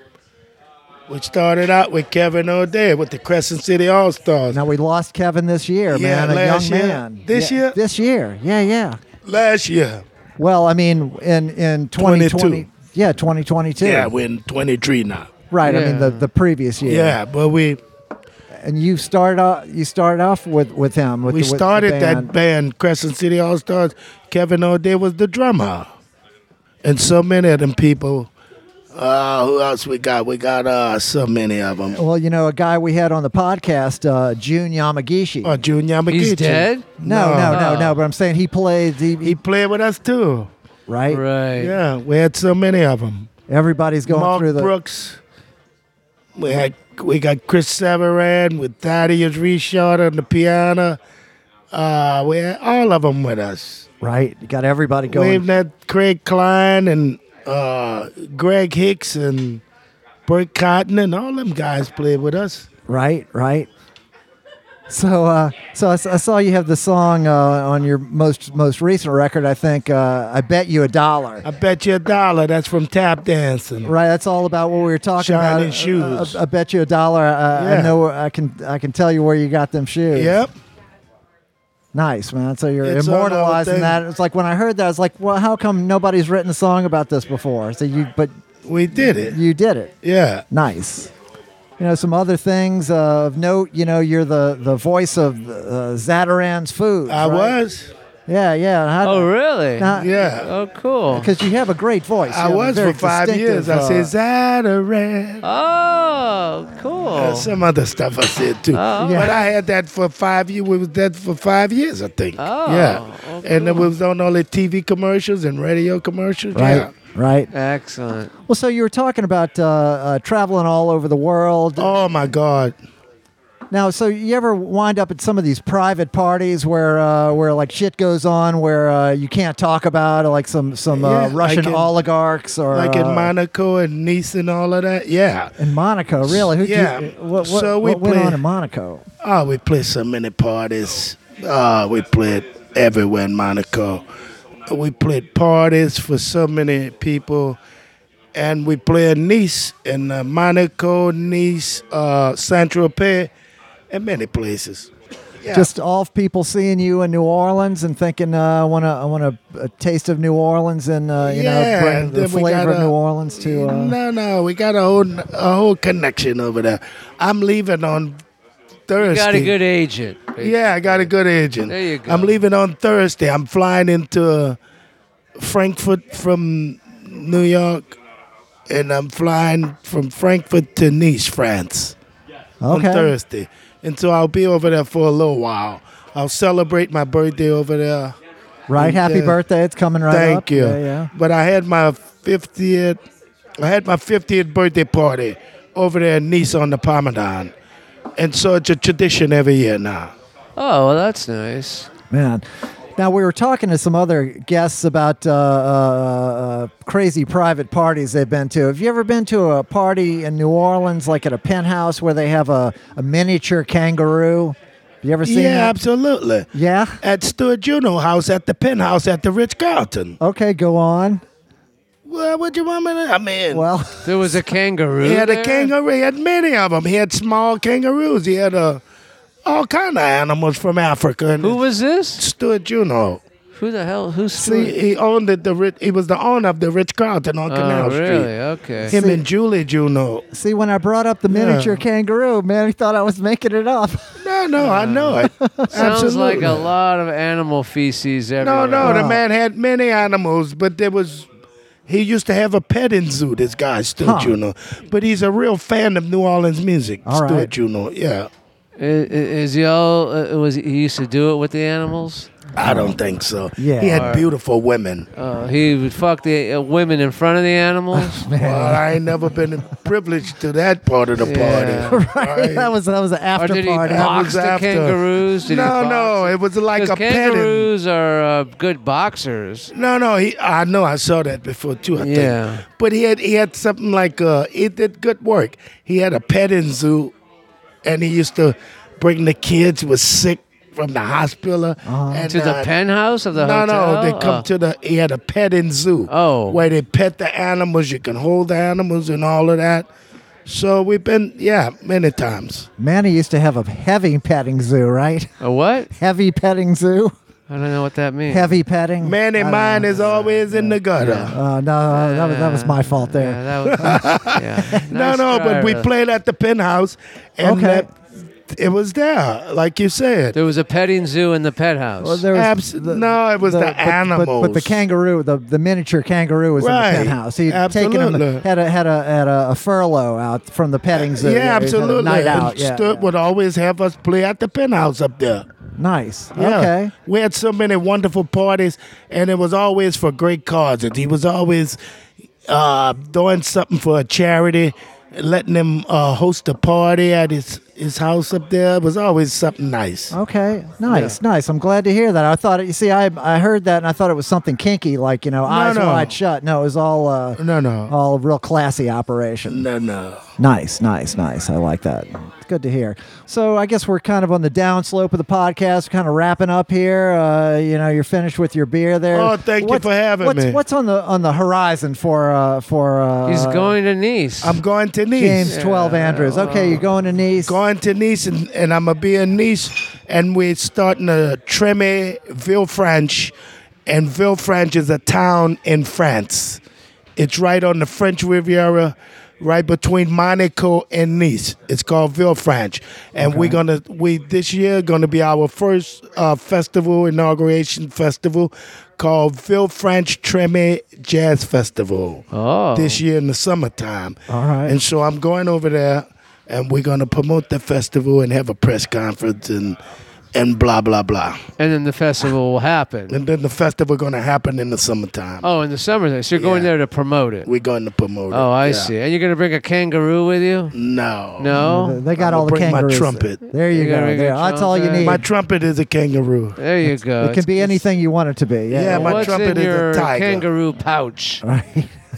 Speaker 3: We started out with Kevin O'Day with the Crescent City All Stars.
Speaker 1: now we lost Kevin this year,
Speaker 3: Yeah,
Speaker 1: man, a
Speaker 3: last
Speaker 1: young
Speaker 3: year.
Speaker 1: man.
Speaker 3: This
Speaker 1: Yeah,
Speaker 3: year?
Speaker 1: This year, yeah, yeah.
Speaker 3: Last year.
Speaker 1: Well, I mean, in in 2020,
Speaker 3: 22.
Speaker 1: yeah, 2022.
Speaker 3: Yeah, we're in 23 now.
Speaker 1: right. I mean,
Speaker 2: Yeah.
Speaker 1: the, the previous year.
Speaker 3: Yeah, but we
Speaker 1: and you started off you started off with with him. With
Speaker 3: we
Speaker 1: the, with the
Speaker 3: started
Speaker 1: band.
Speaker 3: that band, Crescent City All Stars. Kevin O'Day was the drummer, and so many of them people. Uh, who else we got? We got uh so many of them.
Speaker 1: Well, you know, a guy we had on the podcast, uh, June Yamagishi.
Speaker 3: Oh, Junior Yamaguchi.
Speaker 2: He's dead?
Speaker 1: No, no, no,
Speaker 2: No.
Speaker 1: no. But I'm saying he played. He,
Speaker 3: He played with us too.
Speaker 1: right?
Speaker 2: Right.
Speaker 3: Yeah, we had so many of them.
Speaker 1: Everybody's going
Speaker 3: Mark
Speaker 1: through the
Speaker 3: Brooks. We had we got Chris Severin with Thaddeus Richard on the piano. Uh, we had all of them with us.
Speaker 1: right? You got everybody going.
Speaker 3: Wave that Craig Klein and uh, Greg Hicks and Bert Cotton and all them guys played with us.
Speaker 1: Right, right. So, uh, so I, s- I saw you have the song uh, on your most most recent record. I think uh, I bet you a dollar.
Speaker 3: I bet you a dollar that's from tap dancing.
Speaker 1: Right, that's all about what we were talking about.
Speaker 3: Shining
Speaker 1: I-
Speaker 3: shoes.
Speaker 1: I, I bet you a dollar. I, I
Speaker 3: Yeah.
Speaker 1: know. where- I can. I can tell you where you got them shoes.
Speaker 3: Yep.
Speaker 1: Nice man. So you're
Speaker 3: It's on our
Speaker 1: immortalizing
Speaker 3: thing.
Speaker 1: that. It's like when I heard that, I was like, well, how come nobody's written a song about this before? So you, but
Speaker 3: We did it.
Speaker 1: you did it.
Speaker 3: Yeah.
Speaker 1: Nice. You know, some other things uh, of note. You know, you're the the voice of uh, Zataran's Food.
Speaker 3: I
Speaker 1: right?
Speaker 3: was.
Speaker 1: Yeah, yeah. How-
Speaker 2: Oh, really?
Speaker 1: Now-
Speaker 3: Yeah.
Speaker 2: Oh, cool.
Speaker 1: Because you have a great voice. You
Speaker 3: I
Speaker 1: have a
Speaker 3: was
Speaker 1: very
Speaker 3: for five
Speaker 1: distinctive,
Speaker 3: years. I
Speaker 1: uh,
Speaker 3: said Zataran.
Speaker 2: Oh, cool.
Speaker 3: Uh, some other stuff I said too.
Speaker 2: Oh.
Speaker 1: Yeah.
Speaker 3: But I had that for five years. We was dead for five years, I think.
Speaker 2: Oh,
Speaker 3: yeah.
Speaker 2: oh,
Speaker 3: And it
Speaker 2: cool.
Speaker 3: was on all the TV commercials and radio commercials.
Speaker 1: Right.
Speaker 3: Yeah.
Speaker 1: Right.
Speaker 2: Excellent.
Speaker 1: Well, so you were talking about uh, uh, traveling all over the world.
Speaker 3: Oh my God.
Speaker 1: Now, so you ever wind up at some of these private parties where uh, where like shit goes on where uh, you can't talk about, like some some
Speaker 3: Yeah,
Speaker 1: uh,
Speaker 3: like
Speaker 1: Russian
Speaker 3: in-
Speaker 1: oligarchs or
Speaker 3: Like in
Speaker 1: uh,
Speaker 3: Monaco and Nice and all of that. Yeah.
Speaker 1: in Monaco, really? Who,
Speaker 3: Yeah.
Speaker 1: You, uh, what what,
Speaker 3: So we
Speaker 1: what went
Speaker 3: play-
Speaker 1: on in Monaco?
Speaker 3: Oh, we played so many parties. Oh, we played everywhere in Monaco. We played parties for so many people. And we played Nice in uh, Monaco, Nice, uh, Saint Tropez, and many places. Yeah.
Speaker 1: Just all people seeing you in New Orleans and thinking, uh, I want to, I want a, a taste of New Orleans and uh, you know, bring
Speaker 3: and
Speaker 1: the
Speaker 3: then we
Speaker 1: flavor of
Speaker 3: got a-
Speaker 1: New Orleans to. Uh,
Speaker 3: no, no, we got a whole a whole connection over there. I'm leaving on Thursday.
Speaker 2: Got a good agent.
Speaker 3: Yeah, I got a good agent.
Speaker 2: There you go.
Speaker 3: I'm leaving on Thursday. I'm flying into Frankfurt from New York, and I'm flying from Frankfurt to Nice, France, on
Speaker 1: okay.
Speaker 3: Thursday. And so I'll be over there for a little while. I'll celebrate my birthday over there.
Speaker 1: Right. Happy
Speaker 3: Yeah.
Speaker 1: birthday. It's coming right
Speaker 3: Thank
Speaker 1: up.
Speaker 3: you.
Speaker 1: Yeah, yeah.
Speaker 3: But I had my 50th, I had my 50th birthday party over there in Nice on the Parmesan, and so it's a tradition every year now.
Speaker 2: Oh, well, that's nice.
Speaker 1: Man. Now we were talking to some other guests about uh, uh, uh, crazy private parties they've been to. Have you ever been to a party in New Orleans, like at a penthouse where they have a, a miniature kangaroo? Have you ever seen
Speaker 3: yeah,
Speaker 1: that?
Speaker 3: absolutely.
Speaker 1: Yeah.
Speaker 3: At Stuart Juno House at the penthouse at the Ritz Carlton.
Speaker 1: Okay, go on.
Speaker 3: Well, what you want me to? I mean,
Speaker 1: Well,
Speaker 2: There was a kangaroo.
Speaker 3: he had
Speaker 2: there?
Speaker 3: a kangaroo. He had many of them. He had small kangaroos. He had uh, all kind of animals from Africa. And
Speaker 2: Who was this?
Speaker 3: Stuart Juno?
Speaker 2: Who the hell? Who's
Speaker 3: See, he owned it. The Ritz, he was the owner of the Ritz Carlton on
Speaker 2: Oh,
Speaker 3: Canal
Speaker 2: really? Okay.
Speaker 3: Street. Him
Speaker 1: See-
Speaker 3: and Julie Juno.
Speaker 1: see, when I brought up the miniature kangaroo, man, he thought I was making it up.
Speaker 3: No, no, I know it.
Speaker 2: Uh, Sounds like
Speaker 3: Absolutely.
Speaker 2: a lot of animal feces
Speaker 3: No,
Speaker 2: everywhere.
Speaker 3: no,
Speaker 1: Wow.
Speaker 3: the man had many animals, but there was. He used to have a petting zoo, this guy, Stuart
Speaker 1: Huh.
Speaker 3: Juno. But he's a real fan of New Orleans music,
Speaker 1: All
Speaker 3: Stuart
Speaker 1: right.
Speaker 3: Juno. Yeah.
Speaker 2: I- I- Is, he all? Uh, was he he used to do it with the animals?
Speaker 3: I don't think so.
Speaker 1: Yeah.
Speaker 3: He had
Speaker 2: All right.
Speaker 3: beautiful women.
Speaker 2: Uh, he would fuck the uh, women in front of the animals.
Speaker 3: Well, I ain't never been privileged to that part of the
Speaker 2: Yeah.
Speaker 3: party.
Speaker 1: right?
Speaker 3: Right.
Speaker 1: That was that was an
Speaker 2: or
Speaker 1: after
Speaker 2: did he
Speaker 1: party.
Speaker 3: That
Speaker 2: box
Speaker 3: was
Speaker 2: the
Speaker 3: after.
Speaker 2: kangaroos? Did he
Speaker 3: no,
Speaker 2: box
Speaker 3: no, it was like a
Speaker 2: 'Cause
Speaker 3: petting.
Speaker 2: kangaroos are uh, good boxers.
Speaker 3: No, no, he. I know, I saw that before too. I
Speaker 2: Yeah.
Speaker 3: think. But he had he had something like uh, he did good work. He had a petting zoo, and he used to bring the kids who was sick from the hospital and,
Speaker 2: To the
Speaker 3: uh,
Speaker 2: penthouse of the
Speaker 3: No,
Speaker 2: hotel.
Speaker 3: no, they come
Speaker 2: Oh.
Speaker 3: to the. He had a petting zoo.
Speaker 2: Oh.
Speaker 3: where they pet the animals. You can hold the animals and all of that. So we've been, yeah, many times.
Speaker 1: Manny used to have a heavy petting zoo, right?
Speaker 2: a what?
Speaker 1: Heavy petting zoo.
Speaker 2: I don't know what that means.
Speaker 1: Heavy petting.
Speaker 3: Man
Speaker 1: I
Speaker 3: in
Speaker 1: don't
Speaker 3: mine
Speaker 1: know.
Speaker 3: is always in the gutter.
Speaker 1: Uh, no, uh, that was, that was my fault there.
Speaker 2: Yeah, that was, yeah.
Speaker 3: No,
Speaker 2: Nice
Speaker 3: no,
Speaker 2: try,
Speaker 3: but we
Speaker 2: Riley.
Speaker 3: played at the penthouse, and
Speaker 1: Okay.
Speaker 3: that, it was there, like you said.
Speaker 2: There was a petting zoo in the pet house.
Speaker 1: Well, there was
Speaker 3: Abs- no, it was the
Speaker 1: but- but- But, the
Speaker 3: animals.
Speaker 1: kangaroo, the, the miniature kangaroo, was
Speaker 3: Right.
Speaker 1: in the penthouse. He'd taken him
Speaker 3: Absolutely.
Speaker 1: had a had a had a, a furlough out from the petting zoo.
Speaker 3: yeah,
Speaker 1: he had a
Speaker 3: absolutely.
Speaker 1: Night
Speaker 3: And
Speaker 1: out. Yeah,
Speaker 3: Stuart
Speaker 1: yeah.
Speaker 3: would always have us play at the penthouse up there.
Speaker 1: Nice.
Speaker 3: Yeah.
Speaker 1: Okay.
Speaker 3: We had so many wonderful parties, and it was always for great causes. He was always uh, doing something for a charity, letting them uh, host a party at his his house up there. It was always something nice.
Speaker 1: Okay, nice, nice. I'm glad to hear that. I thought it, you see, I I heard that and I thought it was something kinky, like you know, eyes
Speaker 3: no.
Speaker 1: wide shut. No, it was all uh,
Speaker 3: No, no.
Speaker 1: all real classy operation.
Speaker 3: No, no.
Speaker 1: Nice, nice, nice. I like that. It's good to hear. So I guess we're kind of on the downslope of the podcast, kind of wrapping up here. Uh, you know, you're finished with your beer there.
Speaker 3: Oh, thank you
Speaker 1: What's-
Speaker 3: for having
Speaker 1: what's,
Speaker 3: me.
Speaker 1: What's on the on the horizon for uh, for uh,
Speaker 2: He's going to Nice.
Speaker 3: I'm going to Nice.
Speaker 1: James Twelve Andrews? Okay, you're going to Nice.
Speaker 3: Going to Nice, and, and I'm going to be in Nice, and we're starting a Treme Villefranche. And Villefranche is a town in France. It's right on the French Riviera, right between Monaco and Nice. It's called Villefranche, and we're gonna we this year gonna be our first uh, festival inauguration festival called Villefranche Treme Jazz Festival
Speaker 2: oh,
Speaker 3: this year in the summertime.
Speaker 1: All right.
Speaker 3: And so I'm going over there and we're going to promote the festival and have a press conference and and blah blah blah.
Speaker 2: and then the festival will happen.
Speaker 3: And then the festival going to happen in the summertime.
Speaker 2: Oh, in the summertime. So you're going
Speaker 3: Yeah.
Speaker 2: there to promote it.
Speaker 3: We're going to promote it.
Speaker 2: Oh, I
Speaker 3: Yeah.
Speaker 2: see. And you're gonna bring a kangaroo with you?
Speaker 3: No.
Speaker 1: They-
Speaker 2: No.
Speaker 1: They got
Speaker 3: I'ma
Speaker 1: all the
Speaker 3: bring my
Speaker 1: kangaroos.
Speaker 3: trumpet.
Speaker 1: There you
Speaker 2: You gotta
Speaker 1: go.
Speaker 2: bring
Speaker 1: There.
Speaker 2: your
Speaker 1: That's all you
Speaker 2: trumpet.
Speaker 1: need.
Speaker 3: My trumpet is a kangaroo.
Speaker 2: There you go.
Speaker 1: it can be
Speaker 2: It's-
Speaker 1: anything you want it to be. Yeah.
Speaker 3: Yeah, my
Speaker 2: What's in
Speaker 3: trumpet is a
Speaker 2: your
Speaker 3: tiger. Uh,
Speaker 2: kangaroo pouch?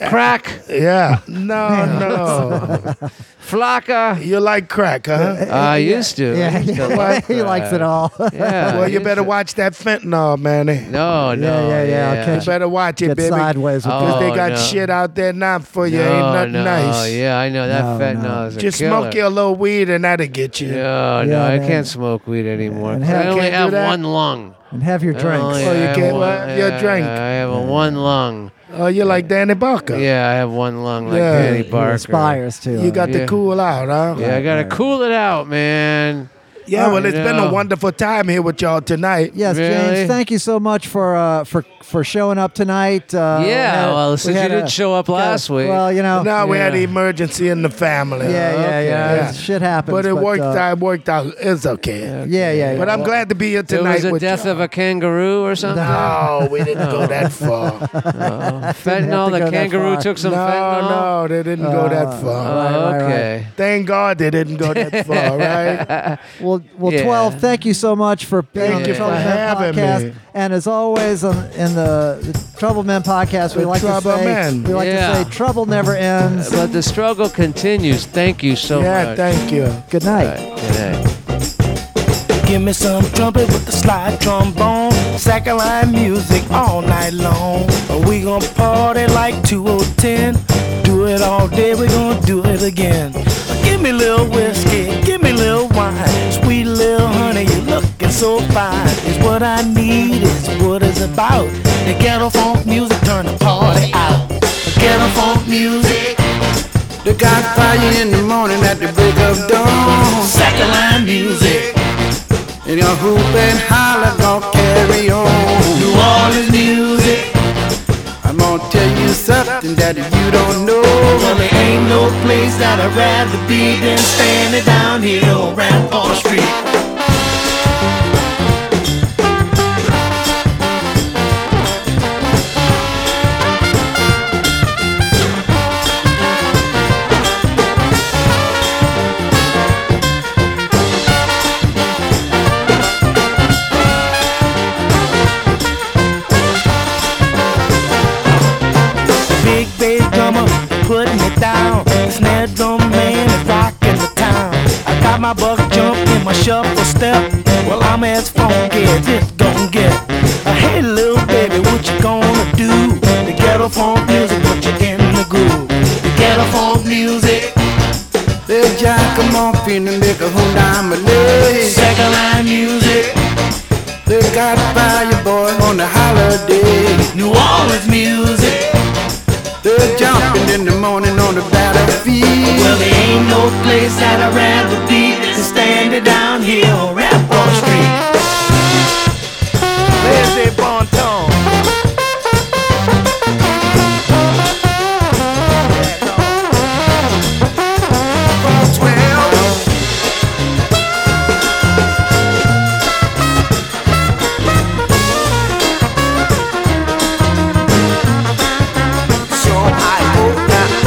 Speaker 1: Right.
Speaker 2: Crack,
Speaker 3: Yeah. No, no.
Speaker 2: flaca.
Speaker 3: you like crack, huh?
Speaker 2: I used to. I
Speaker 1: Yeah,
Speaker 2: used to
Speaker 1: yeah.
Speaker 2: like
Speaker 1: he likes it
Speaker 2: crack.
Speaker 1: all.
Speaker 2: Yeah. I
Speaker 3: Well, you
Speaker 2: used
Speaker 3: better
Speaker 2: to-
Speaker 3: watch that fentanyl, Manny.
Speaker 2: No, no.
Speaker 1: yeah, yeah, I'll
Speaker 3: You
Speaker 1: catch
Speaker 3: better watch it,
Speaker 1: Get
Speaker 3: baby.
Speaker 1: sideways with
Speaker 3: Cause
Speaker 2: Oh,
Speaker 3: they got
Speaker 2: no.
Speaker 3: shit out there now for you. Ain't
Speaker 2: No,
Speaker 3: nothing
Speaker 2: no.
Speaker 3: nice.
Speaker 2: Yeah, I know that
Speaker 1: No,
Speaker 2: fentanyl
Speaker 1: no.
Speaker 2: is a
Speaker 3: Just
Speaker 2: killer.
Speaker 3: smoke your little weed and that'll get you.
Speaker 2: No, no,
Speaker 1: Yeah,
Speaker 2: I
Speaker 1: man.
Speaker 2: can't smoke weed anymore.
Speaker 1: And
Speaker 2: 'cause
Speaker 1: hell,
Speaker 2: I only
Speaker 3: can't do
Speaker 2: have
Speaker 3: that?
Speaker 2: one lung.
Speaker 1: and have your
Speaker 2: I
Speaker 1: drinks.
Speaker 2: only
Speaker 3: Oh, you
Speaker 2: have
Speaker 3: can't-
Speaker 2: one-
Speaker 3: well, your
Speaker 2: yeah,
Speaker 3: drink.
Speaker 2: I have a one lung.
Speaker 3: Oh, you're like Danny Barker.
Speaker 2: Yeah, I have one lung like
Speaker 3: Yeah.
Speaker 2: Danny
Speaker 1: He
Speaker 2: Barker.
Speaker 1: aspires to.
Speaker 3: You
Speaker 1: it.
Speaker 3: got
Speaker 2: Yeah.
Speaker 3: to cool out, huh?
Speaker 2: Yeah, I gotta cool it out, man.
Speaker 3: Yeah, well, it's been
Speaker 2: Yeah.
Speaker 3: a wonderful time here with y'all tonight.
Speaker 1: Yes,
Speaker 2: Really?
Speaker 1: James. Thank you so much for uh, for for showing up tonight. Uh,
Speaker 2: yeah,
Speaker 1: we had-
Speaker 2: well,
Speaker 1: we
Speaker 2: since you
Speaker 1: had
Speaker 2: didn't
Speaker 1: a-
Speaker 2: show up last week.
Speaker 1: Well, you know.
Speaker 3: Now we had
Speaker 2: Yeah.
Speaker 3: an emergency in the family.
Speaker 1: yeah, yeah,
Speaker 2: okay.
Speaker 1: yeah,
Speaker 3: Yeah.
Speaker 1: Shit happens.
Speaker 3: But it worked
Speaker 1: uh,
Speaker 3: out. Worked out. It's okay.
Speaker 1: Yeah, yeah.
Speaker 3: But
Speaker 1: yeah.
Speaker 3: I'm glad to be here
Speaker 2: there
Speaker 3: tonight.
Speaker 2: was a
Speaker 3: with
Speaker 2: death
Speaker 3: y'all.
Speaker 2: of a kangaroo or something.
Speaker 3: No, we didn't go that far.
Speaker 2: Fentanyl.
Speaker 1: to
Speaker 2: The
Speaker 1: go that
Speaker 2: kangaroo
Speaker 1: far.
Speaker 2: took some fentanyl.
Speaker 3: no, no, they didn't go that far.
Speaker 1: Right,
Speaker 2: Oh,
Speaker 1: right, right.
Speaker 2: okay.
Speaker 3: Thank God they didn't go that far, right?
Speaker 1: Well, well,
Speaker 2: Yeah.
Speaker 1: twelve. Thank you so much for being
Speaker 3: Thank
Speaker 1: on the
Speaker 3: you for
Speaker 1: Trouble Men
Speaker 3: having
Speaker 1: podcast.
Speaker 3: me.
Speaker 1: And as always, on, in the, the Trouble Men podcast, we
Speaker 3: The
Speaker 1: like to
Speaker 3: Trouble
Speaker 1: say
Speaker 3: Men.
Speaker 1: we like
Speaker 2: Yeah.
Speaker 1: to say trouble never ends.
Speaker 2: But the struggle continues. Thank you so
Speaker 3: yeah,
Speaker 2: much.
Speaker 3: thank you.
Speaker 1: Good night.
Speaker 2: Good night.
Speaker 4: Give me some trumpet with the slide trombone, saccharine music all night long. We gon' party like 2010, do it all day, we gon' do it again. Give me a little whiskey, give me a little wine, sweet little honey, you looking so fine. It's what I need, it's what it's about. The ghetto funk music turn the party out. Ghetto funk music.
Speaker 5: They got fire in the morning at the break of dawn.
Speaker 4: Second line music,
Speaker 5: And your hoop and holler gonna carry on.
Speaker 4: New Orleans music.
Speaker 5: I'm gonna tell you something that you don't know.
Speaker 4: Well, there ain't no place that I'd rather be than standing down here on Rampart Street. Big bass drummer putting it down. The snare drum man is rocking the town. I got my buck jump and my shuffle step. Well, I'm as funky as it's gonna get. Uh, hey, little baby, what you gonna do? The ghetto funk music, put you in the groove. The ghetto funk music,
Speaker 5: They'll jack 'em off in the liquor whom I'm a lay.
Speaker 4: second line music,
Speaker 5: They got fire boy on the holiday.
Speaker 4: New Orleans music.
Speaker 5: They're jumping in the morning on the
Speaker 4: Well,
Speaker 5: battlefield.
Speaker 4: there ain't no place that I'd rather be than standing down here on Rampart Street.
Speaker 5: There's a bon ton. Twelve. So I hope that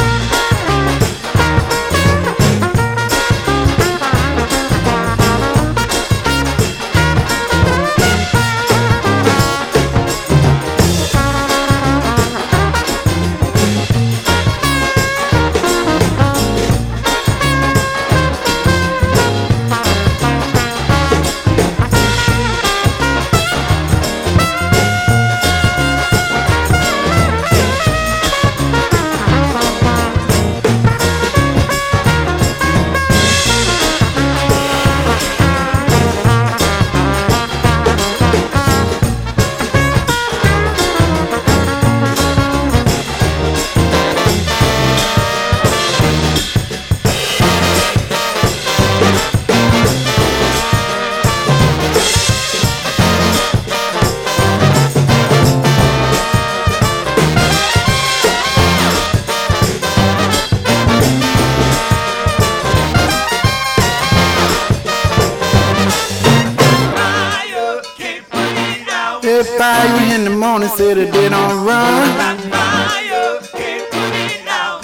Speaker 5: city did not run.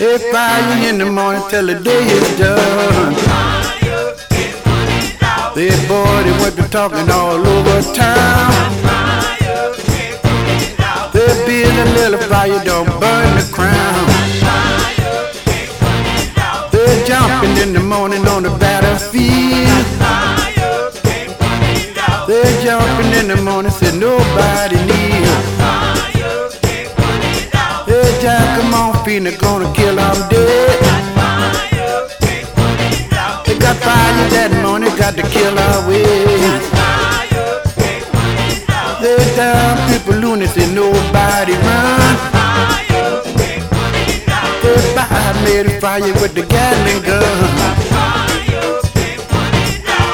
Speaker 5: If five in the morning till the day is done. They boy, they went to talking all over town. They build a little fire, don't burn the crown. They jumping in the morning on the battlefield. They jumping in the morning, said nobody near. Hey, Jack, come on, Fina, gonna kill 'em dead. They got fire that morning, got to kill our way. They down people lunacy, nobody run. Everybody made a fire with the Gatling gun.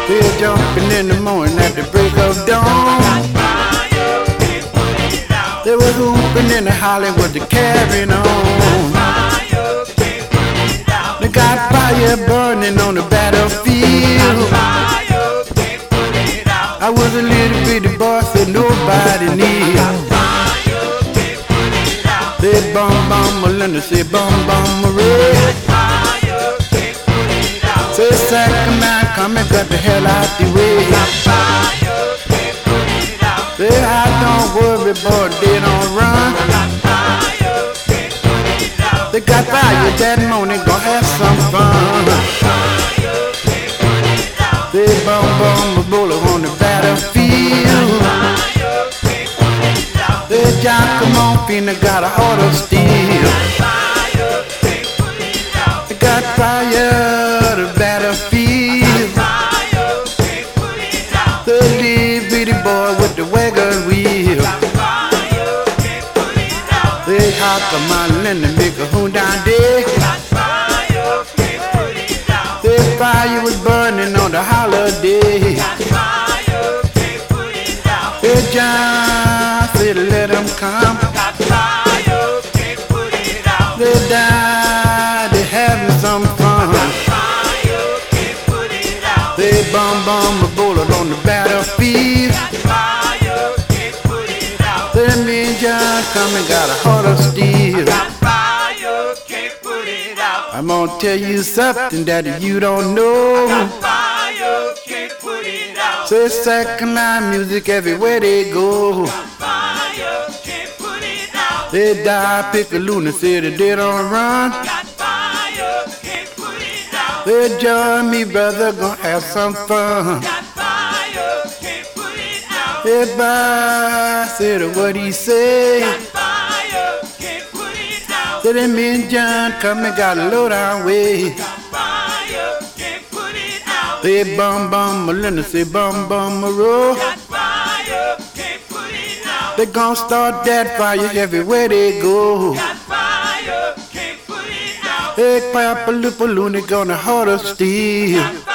Speaker 5: They're jumping in the morning at the break of dawn. They was whooping in the Hollywood, they carrying on. They got fire burning on the battlefield. I was a little bitty boy, so nobody knew. They bum bum Melinda, say bum bum Marie. Say Sacramento, come and cut the hell out the way. Say I don't worry, boy, they don't run. They got fire that morning, gon' have some fun. They bum bum a bullet on the battlefield. They Giacomo Fina got a heart of steel. They got fire the battlefield. The little bitty boy with the wagon wheel. They hop the mountain and they make a hoon down there. The fire was burning on the holiday. Hey John, say let 'em come. They die, they having some fun. They bomb bomb a bullet on the battlefield. They mean John come and got a heart of steel. I'm gonna tell you something that you don't know. Say second line music everywhere they go. They die, pick a lunacy, they did on run. They join me, brother, gonna have some fun. Everybody said what he said. Said him and John come and got a low down way. They bum bum Melinda, say bum bum Monroe. They gon' start that fire everywhere they go. Hey, Papa Lupaloon, they gonna heart of steel.